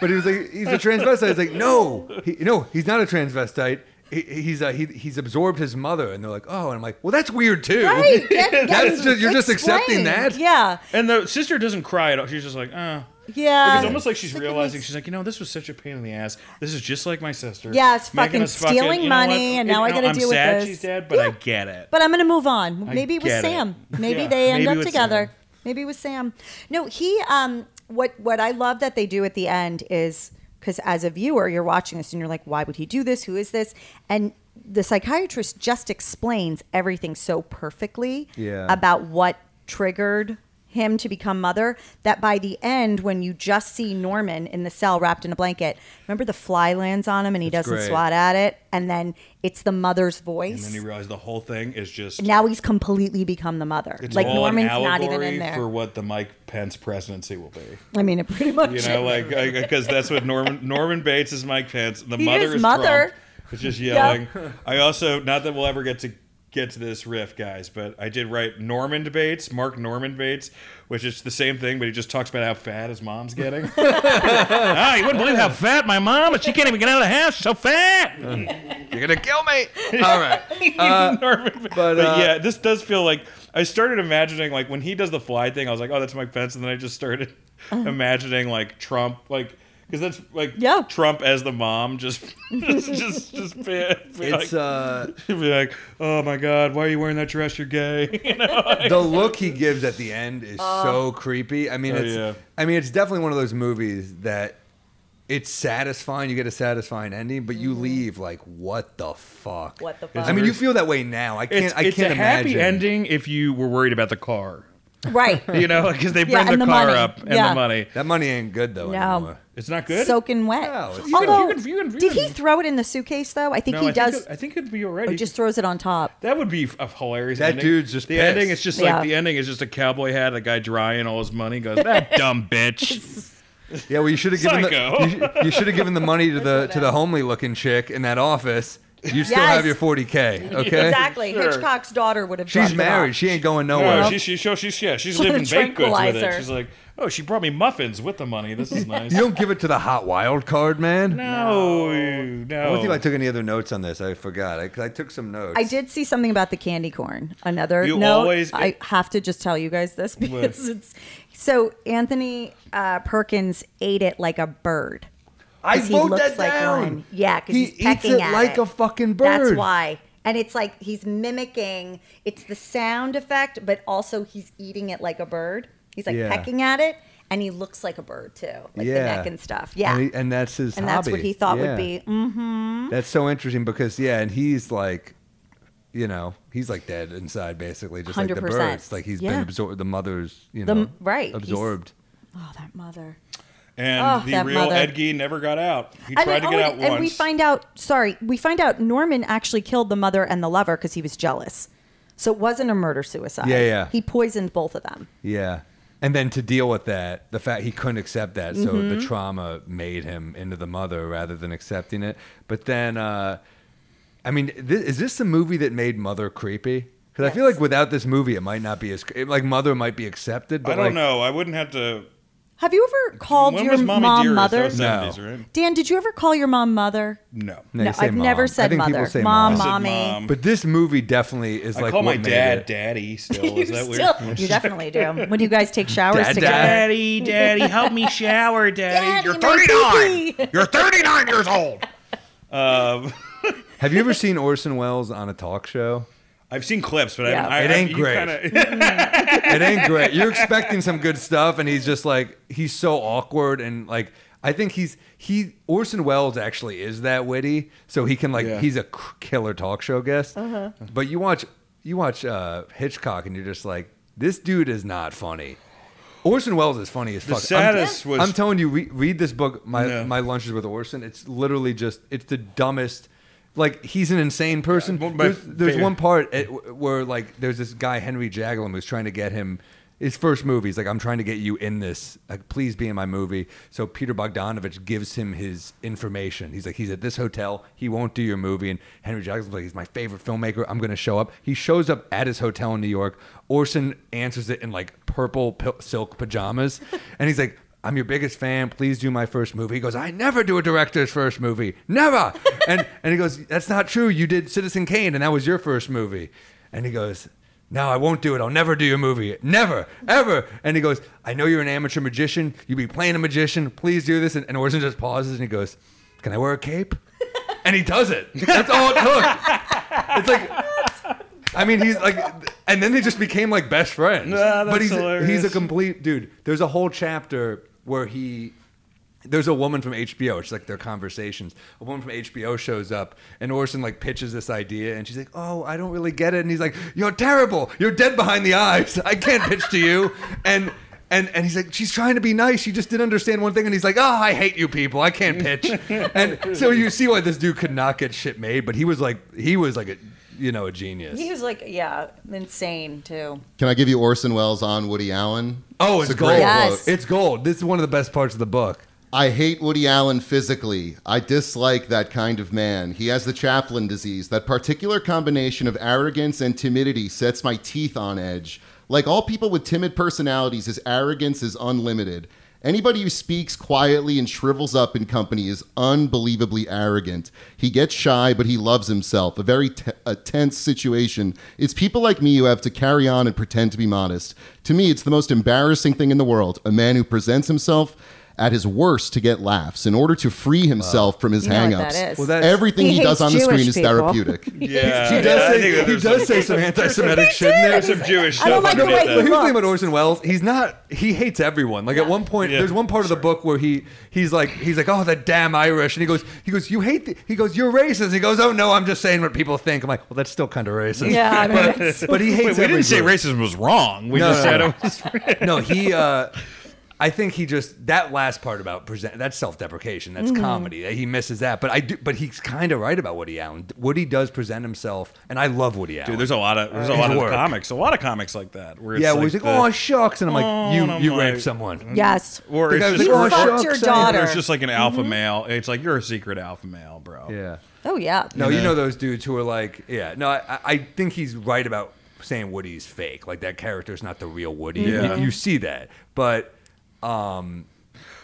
G: But he was like, he's a transvestite. He's like, no, he, no, he's not a transvestite. He, he's uh, he, he's absorbed his mother, and they're like, oh, and I'm like, well, that's weird too.
I: Right, get- get-
G: that's just, you're just accepting
I: explain.
G: that.
I: Yeah.
A: and the sister doesn't cry at all she's just like uh
I: Yeah.
A: it's almost like she's
I: Like, it
A: realizing
I: makes-
A: she's like, you know, this was such a pain in the ass. This is just like my sister.
I: Yeah, it's
A: making
I: fucking
A: us
I: stealing
A: you know what?
I: money, and now I
A: You know,
I: gotta
A: I'm
I: deal with
A: sad
I: this.
A: She's dead, but I
I: Yeah.
A: get it.
I: But I'm gonna move on.
A: I
I: Maybe it was
A: get it.
I: Sam. Maybe
A: Yeah.
I: they end
A: Maybe
I: up
A: with
I: together.
A: Sam.
I: Maybe it was Sam. No, he. Um, what what I love that they do at the end is because as a viewer, you're watching this and you're like, why would he do this? Who is this? And the psychiatrist just explains everything so perfectly
G: Yeah.
I: about what triggered him to become mother that by the end when you just see norman in the cell wrapped in a blanket remember the fly lands on him and he
G: That's
I: doesn't
G: great.
I: swat at it and then it's the mother's voice
A: and then you realize the whole thing is just
I: now he's completely become the mother.
A: it's
I: like
A: all
I: Norman's
A: an
I: not even
A: allegory
I: in there.
A: for what the Mike Pence presidency will be.
I: I mean, it pretty much.
A: You know, like because that's what Norman Norman Bates is Mike Pence. The
I: He
A: mother
I: is
A: is
I: mother.
A: Trump. It's just yelling. I also not that we'll ever get to get to this riff, guys, but I did write Norman Bates, Mark Norman Bates, which is the same thing, but he just talks about how fat his mom's getting. ah, you wouldn't believe how fat my mom, but she can't even get out of the house. She's So fat.
G: You're gonna kill me. All right.
A: Norman Bates.
G: but,
A: But,
G: uh,
A: yeah, this does feel like I started imagining like when he does the fly thing, I was like, oh, that's Mike Pence, and then I just started imagining like Trump, like because that's like
I: Uh-huh. Yeah.
A: Trump as the mom, just just just, just be, be like,
G: It's uh,
A: be like, oh my god, why are you wearing that dress? You're gay. You know?
G: uh, the look he gives at the end is so creepy. I mean,
A: Oh,
G: it's
A: yeah.
G: I mean, it's definitely one of those movies that it's satisfying. You get a satisfying ending, but
A: Mm-hmm.
G: you leave like, what the fuck?
I: What the fuck?
G: I mean, you feel that way now. I can't.
A: It's,
G: I
A: it's
G: can't
A: a happy
G: imagine.
A: ending if you were worried about the car,
I: right.
A: you know, because they
I: Yeah,
A: bring the,
I: and the
A: car
I: money.
A: up and
I: Yeah.
A: the money.
G: That money ain't good though
I: No.
G: anymore.
A: It's not good.
I: Soaking wet.
G: No, it's-
I: Although,
A: You can- you can- you
I: did
A: can-
I: he throw it in the suitcase though? I think
A: no,
I: he
A: I
I: does.
A: Think it, I think it'd be alright.
I: or just throws it on top.
A: That would be a hilarious.
G: That
A: ending.
G: dude's just
A: the
G: pissed.
A: ending. It's just
I: Yeah.
A: like the ending is just a cowboy hat, a guy drying all his money. Goes that dumb bitch.
G: Yeah, well, you should have given
A: Psycho.
G: the you, sh- you should have given the money to the to the homely looking chick in that office, You still
I: Yes.
G: have your 40K, okay?
I: Exactly.
A: Sure.
I: Hitchcock's daughter would have.
G: She's
I: dropped it
G: married.
I: off.
G: She ain't going nowhere.
A: No, Oh, she, she, she, she's yeah, she's
I: What a
A: living baked goods with it.
I: tranquilizer.
A: She's like, oh, she brought me muffins with the money. This is nice.
G: you don't give it to the hot wild card, man.
A: no, no.
G: I don't think I took any other notes on this. I forgot. I, I took some notes.
I: I did see something about the candy corn. Another
A: You
I: note.
A: always-
I: I have to just tell you guys this because it's so Anthony uh, Perkins ate it like a bird.
G: I
I: 'Cause he
G: wrote
I: looks
G: that
I: like
G: down.
I: one. Yeah, because
G: He
I: he's
G: eats
I: pecking
G: it
I: at
G: like a fucking
I: That's
G: bird.
I: why. And it's like he's mimicking. It's the sound effect, but also he's eating it like a bird. He's like
G: Yeah.
I: pecking at it, and he looks like a bird too, like the neck and stuff. Yeah,
G: And, he- and that's his
I: And that's what
G: hobby.
I: he thought
G: Yeah.
I: would be. Mm.
G: That's so interesting because yeah, and he's like, you know, he's like dead inside basically, just like the
I: 100%.
G: birds. Like he's been
I: Yeah.
G: absorbed. The mother's, you
I: The-
G: know,
I: right, he's-
G: absorbed.
I: Oh, that mother.
A: and
I: Oh,
A: the
I: that
A: real
I: mother.
A: Ed Gein never got out. He
I: And,
A: tried to
I: then-
A: get
I: oh,
A: out
I: and,
A: once.
I: and we find out, sorry, we find out Norman actually killed the mother and the lover because he was jealous. So it wasn't a murder suicide.
G: Yeah, yeah.
I: He poisoned both of them.
G: Yeah. And then to deal with that, the fact he couldn't accept that, so
I: Mm-hmm.
G: the trauma made him into the mother rather than accepting it. But then, uh, I mean, this, is this the movie that made Mother creepy? Because I feel
I: Yes.
G: like without this movie, it might not be as cre- it- like Mother might be accepted. But
A: I don't
G: like,
A: know. I wouldn't have to.
I: Have you ever called
A: When
I: Oh, your
A: was Mommy
I: mom
A: Dearest? That
I: mother?
A: was
G: No.
A: 70s, right?
I: Dan, did you ever call your mom mother?
A: No.
G: No, you say
I: I've never
G: mom. I
I: said
G: think people
I: mother.
G: say
I: mom,
G: mom.
A: I said
I: mommy.
A: mom.
G: But this movie definitely is
A: I
G: like
A: call
G: what
A: my
G: made
A: dad
G: it.
A: daddy still.
I: you,
A: Is that
I: still-
A: weird?
I: you definitely do. When you guys take showers
G: Dad,
I: together.
G: dad.
A: Daddy, daddy, help me shower, daddy.
I: Daddy, my pee-pee.
G: You're 39 years old.
A: Um,
G: Have you ever seen Orson Welles on a talk show?
A: I've seen clips, but I
I: Yeah.
A: haven't- I,
G: It
A: I,
G: ain't
A: you
G: great.
A: kinda-
G: It ain't great. You're expecting some good stuff, and he's just like he's so awkward and like I think he's he Orson Welles actually is that witty, so he can like
A: Yeah.
G: he's a k- killer talk show guest. But you watch you watch uh, Hitchcock, and you're just like this dude is not funny. Orson Welles is funny as
A: The
G: fuck. I'm-
A: saddest was-
G: I'm telling you, re- read this book, my
A: No.
G: my lunches with Orson. It's literally just it's the dumbest. Like he's an insane person.
A: one of my
G: There's, there's
A: favorite-
G: one part at, where like there's this guy Henry Jaglom who's trying to get him his first movie. He's like, I'm trying to get you in this. Like, please be in my movie. So Peter Bogdanovich gives him his information. He's like, he's at this hotel. He won't do your movie. And Henry Jaglom's like, he's my favorite filmmaker. I'm gonna show up. He shows up at his hotel in New York. Orson answers it in like purple pil- silk pajamas, and he's like. I'm your biggest fan. Please do my first movie. He goes, I never do a director's first movie. Never. and and he goes, That's not true. You did Citizen Kane and that was your first movie. And he goes, No, I won't do it. I'll never do your movie. Never, ever. And he goes, I know you're an amateur magician. You be playing a magician. Please do this. And, and Orson just pauses and he goes, Can I wear a cape? And he does it. That's all it took. It's like I mean, he's like, and then they just became like best friends.
A: Nah, that's
G: but he's he's a
A: hilarious.
G: complete dude. There's a whole chapter where he. There's a woman from HBO. It's like their conversations. A woman from HBO shows up, and Orson like pitches this idea, and she's like, "Oh, I don't really get it." And he's like, "You're terrible. You're dead behind the eyes. I can't pitch to you." And and and he's like, "She's trying to be nice. She just didn't understand one thing." And he's like, "Oh, I hate you people. I can't pitch." and so you see why this dude could not get shit made, but he was like, he was like a, you know, a genius.
I: He was like, yeah, insane too.
D: Can I give you Orson Welles on Woody Allen?
G: Oh, it's,
D: a
G: gold.
D: great
I: Yes.
D: quote.
G: It's gold. This is one of the best parts of the book.
D: I hate Woody Allen physically. I dislike that kind of man. He has the Chaplin disease. That particular combination of arrogance and timidity sets my teeth on edge. Like all people with timid personalities, his arrogance is unlimited. Anybody who speaks quietly and shrivels up in company is unbelievably arrogant. He gets shy, but he loves himself. A very t- a tense situation. It's people like me who have to carry on and pretend to be modest. To me, it's the most embarrassing thing in the world. A man who presents himself at his worst to get laughs in order to free himself from his
I: You know what
D: hang-ups.
I: that is. Well,
G: that's-
D: Everything
I: He
D: he, does
I: hates
D: on the
I: Jewish
D: screen is
I: people.
D: therapeutic.
A: yeah,
G: He
A: I
G: does
A: think
G: say,
A: that
G: he
A: there's
G: does say some anti-Semitic shit in there.
A: some, some Jewish
I: I don't
A: stuff.
I: like the
A: underneath
I: way
A: that.
I: he
G: But here's the thing about
I: Lots.
G: Orson Welles. He's not. He hates everyone. Like at one point,
A: Yeah.
G: there's one part of the book where he he's like he's like, oh, that damn Irish, and he goes, he goes, you hate. The, he goes, you're racist. He goes, oh no, I'm just saying what people think. I'm like, well, that's still kind of racist.
I: Yeah, I mean,
G: but, but he hates.
A: Wait, we
G: every
A: didn't say
G: group.
A: racism was wrong. We
G: No,
A: just
G: no,
A: said
G: no.
A: it was.
G: no, he. Uh, I think he just that last part about present that's self-deprecation. That's
I: Mm-hmm.
G: comedy. He misses that, but I do. But he's kind of right about Woody Allen. Woody does present himself, and I love Woody Allen.
A: Dude, there's a lot of there's a
G: His
A: lot of
G: work.
A: comics, a lot of comics like that. Where it's
G: yeah,
A: like
G: where he's like,
A: the-
G: "Oh shucks," and I'm like,
A: Oh,
G: "You
A: and I'm
G: you
A: like-
G: raped someone."
I: Yes.
A: or
G: The
A: it's
G: guy's
A: just
G: like, "Oh,
A: or,
I: "You
A: or-
I: fucked your
A: or
I: daughter." Mm-hmm.
A: it's just like an alpha male. It's like you're a secret alpha male, bro.
G: Yeah.
I: Oh yeah.
G: No, you know those dudes who are like, yeah. No, I, I think he's right about saying Woody's fake. Like that character's not the real Woody.
A: Yeah.
G: You, you see that, but um,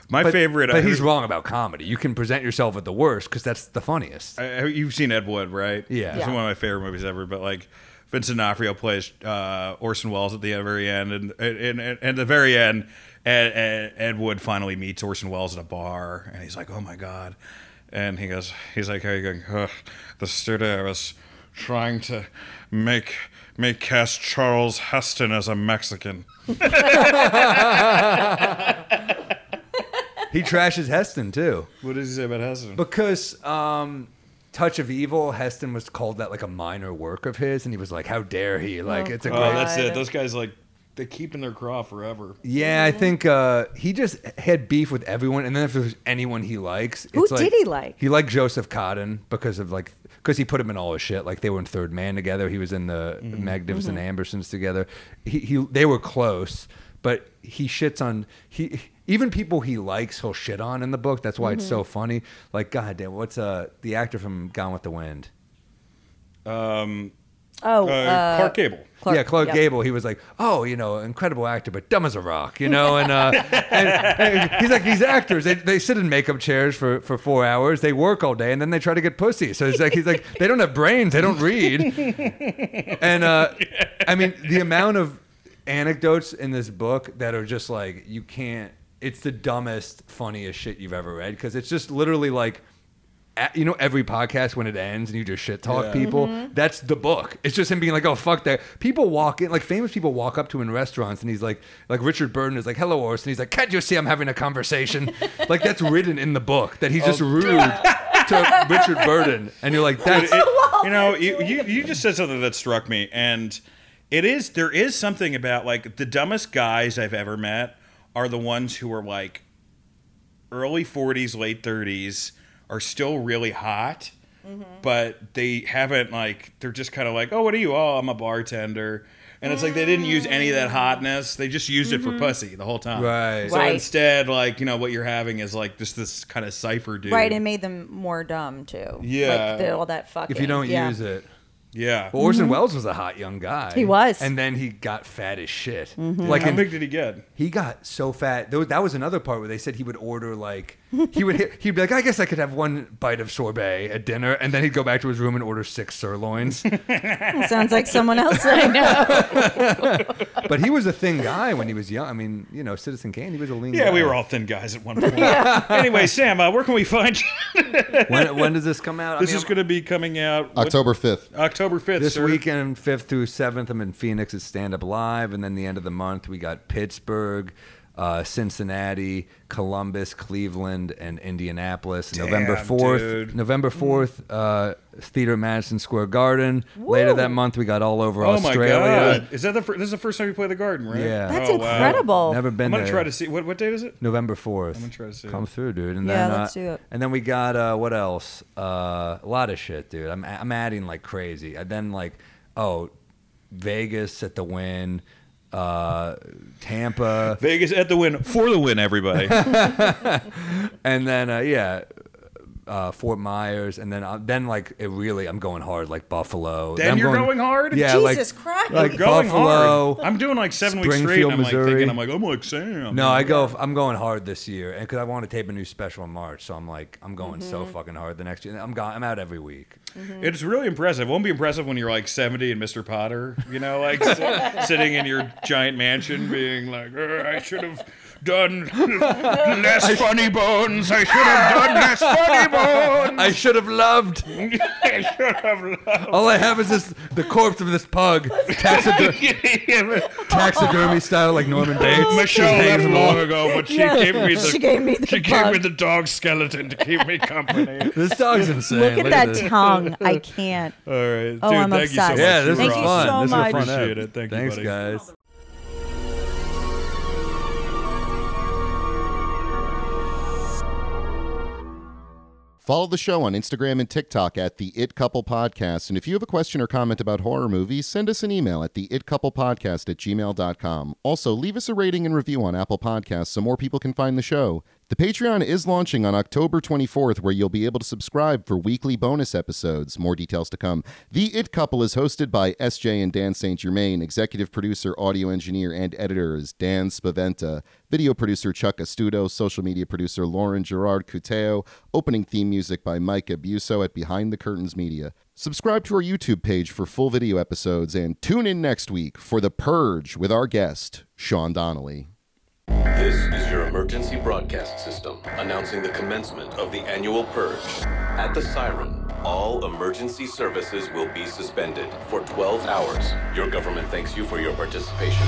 A: My
G: but,
A: favorite. uh,
G: But he's wrong about comedy. You can present yourself at the worst because that's the funniest.
A: I- I- you've seen Ed Wood, right?
G: Yeah.
A: It's
G: Yeah.
A: one of my favorite movies ever. But like, Vincent D'Onofrio plays uh, Orson Welles at the very end, and and and, and the very end, Ed, Ed, Ed Wood finally meets Orson Welles at a bar, and he's like, "Oh my god," and he goes, "He's like, how are you going? Ugh, the studio was trying to make me cast Charles Heston as a Mexican."
G: He trashes Heston too
A: What does he say about Heston?
G: because um, Touch of Evil. Heston was called that like a minor work of his, and he was like, "How dare he!" Like it's a
A: oh,
G: great.
A: that's it. Those guys like they keep in their craw forever.
G: yeah,
I: Mm-hmm.
G: I think uh, he just had beef with everyone, and then if there's anyone he likes,
I: Who
G: it's
I: did he like?
G: He liked Joseph Cotton because of like because he put him in all his shit. Like they were in Third Man together. He was in the
I: Mm-hmm.
G: Magnificent Ambersons together. He, he they were close, but he shits on he even people he likes he'll shit on in the book. That's why
I: Mm-hmm.
G: it's so funny. Like goddamn, what's uh the actor from Gone with the Wind?
I: Oh,
A: Uh,
I: uh,
A: Clark Cable.
I: Clark-
G: yeah, Clark
I: yeah.
G: Gable. He was like, oh, you know, incredible actor, but dumb as a rock, you know. And, uh, and, and he's like, these actors, they, they sit in makeup chairs for, for four hours, they work all day, and then they try to get pussy. So it's like he's like, they don't have brains, they don't read. And uh, I mean, the amount of anecdotes in this book that are just like you can't. It's the dumbest, funniest shit you've ever read because it's just literally like. a you know, every podcast when it ends and you just shit talk people, that's the book. It's just him being like, oh, fuck that. People walk in, like famous people walk up to him in restaurants and he's like, like Richard Burton is like, hello, Orson. He's like, can't you see I'm having a conversation? like that's written in the book that he's just rude to Richard Burton. And you're like, that's.
A: you know, you, you you just said something that struck me, and it is there is something about like the dumbest guys I've ever met are the ones who are like early 40s, late 30s, are still really hot,
I: Mm-hmm.
A: but they haven't like they're just kind of like, oh, what are you? Oh, I'm a bartender. And it's like they didn't use any of that hotness. They just used it for pussy the whole time. So
G: Right.
I: Mm. Mm-hmm. Right.
A: instead, like, you know, what you're having is like just this kind of cipher dude.
I: Right, it made them more dumb too.
A: Yeah.
I: like, the, all that fucking.
G: if you don't
I: yeah.
G: use it.
A: Yeah.
G: But Orson Welles was a hot young guy.
I: Mm-hmm. He was. Mm-hmm.
G: and then he got fat as shit. Like
A: How
G: in-
A: big did he get?
G: he got so fat. tho- That was another part where they said he would order like he would he'd be like, I guess I could have one bite of sorbet at dinner, and then he'd go back to his room and order six sirloins.
I: It sounds like someone else. I know.
G: but he was a thin guy when he was young. I mean, you know, Citizen Kane, he was a lean.
A: Yeah,
G: guy.
A: we were all thin guys at one point. Anyway, Sam, uh, where can we find you?
G: When, when does this come out? I
A: This
G: mean,
A: is
G: I'm-
A: going to be coming out what-
D: October 5th.
A: October 5th.
G: This
A: sir.
G: weekend, fifth through seventh, I'm in Phoenix at Stand Up Live, and then the end of the month we got Pittsburgh, uh, Cincinnati, Columbus, Cleveland, and Indianapolis. November fourth,
A: dude. Hmm.
G: November fourth, uh, Theater at Madison Square Garden. Later that month we got all over
A: Oh my
G: Australia.
A: God. Is that the fir- this is the first time you play the garden, right?
G: Yeah.
I: That's
A: Oh, wow.
I: incredible.
G: Never been
A: I'm going to
G: there.
A: try to see. What, what date is it?
G: November fourth. I'm
A: gonna try to see
G: Come
A: it.
G: through, dude. And
I: Yeah,
G: then,
I: let's
G: uh,
I: do it.
G: And then we got uh, what else? Uh, a lot of shit, dude. I'm I'm adding like crazy. And then like, oh, Vegas at the win, uh, Tampa,
A: Vegas at the win. For the win, everybody.
G: and then uh, yeah. Uh, Fort Myers, and then uh, then like it really, I'm going hard, like Buffalo.
A: Then
G: I'm
A: you're going hard?
G: Yeah,
I: Jesus
G: like,
I: Christ.
G: like
A: Going
G: Buffalo.
A: hard. I'm doing like seven weeks straight.
G: Springfield,
A: and I'm like
G: Missouri.
A: thinking, I'm like, I'm like Sam.
G: No, I go. I'm going hard this year, and because I want to tape a new special in March, so I'm like, I'm going so
I: Mm-hmm.
G: fucking hard the next year. I'm gone. I'm out every week.
A: It's really impressive. It won't be impressive when you're like 70 and Mr. Potter, you know, like si- sitting in your giant mansion being like, "Er, I should have done less funny bones. I should have done less funny bones.
G: I should have loved.
A: I should have loved.
G: All I have is this the corpse of this pug,
I: Oh
G: taxider- taxidermy style, like Norman Bates.
A: Michelle
G: Just
A: left
G: hangs
A: long
G: off.
A: ago, but she
I: Yeah.
A: gave me the
I: She gave me the
A: she gave me
I: bug.
A: the dog skeleton to keep me company.
G: This dog's insane.
I: Look at that
G: this.
I: tongue. I can't.
A: All right,
I: Oh,
A: dude,
I: I'm
A: thank
I: obsessed.
A: you so much.
G: Yeah, this
A: You're
I: Thank
G: is
I: you
A: awesome.
G: fun.
I: so
G: this Is
I: much.
G: a fun
A: Appreciate
G: app.
A: it. Thank you,
G: Thanks,
A: buddy.
G: guys.
D: Follow the show on Instagram and TikTok at the It Couple Podcast. And if you have a question or comment about horror movies, send us an email at the It Couple Podcast at gmail.com. Also, leave us a rating and review on Apple Podcasts so more people can find the show. The Patreon is launching on October 24th, where you'll be able to subscribe for weekly bonus episodes. More details to come. The It Couple is hosted by SJ and Dan St. Germain. Executive producer, audio engineer, and editor is Dan Spaventa. Video producer Chuck Astudo. Social media producer Lauren Gerard Cuteo. Opening theme music by Mike Abuso at Behind the Curtains Media. Subscribe to our YouTube page for full video episodes and tune in next week for The Purge with our guest, Sean Donnelly.
L: This is your emergency broadcast system announcing the commencement of the annual purge. At the siren, all emergency services will be suspended for 12 hours. Your government thanks you for your participation.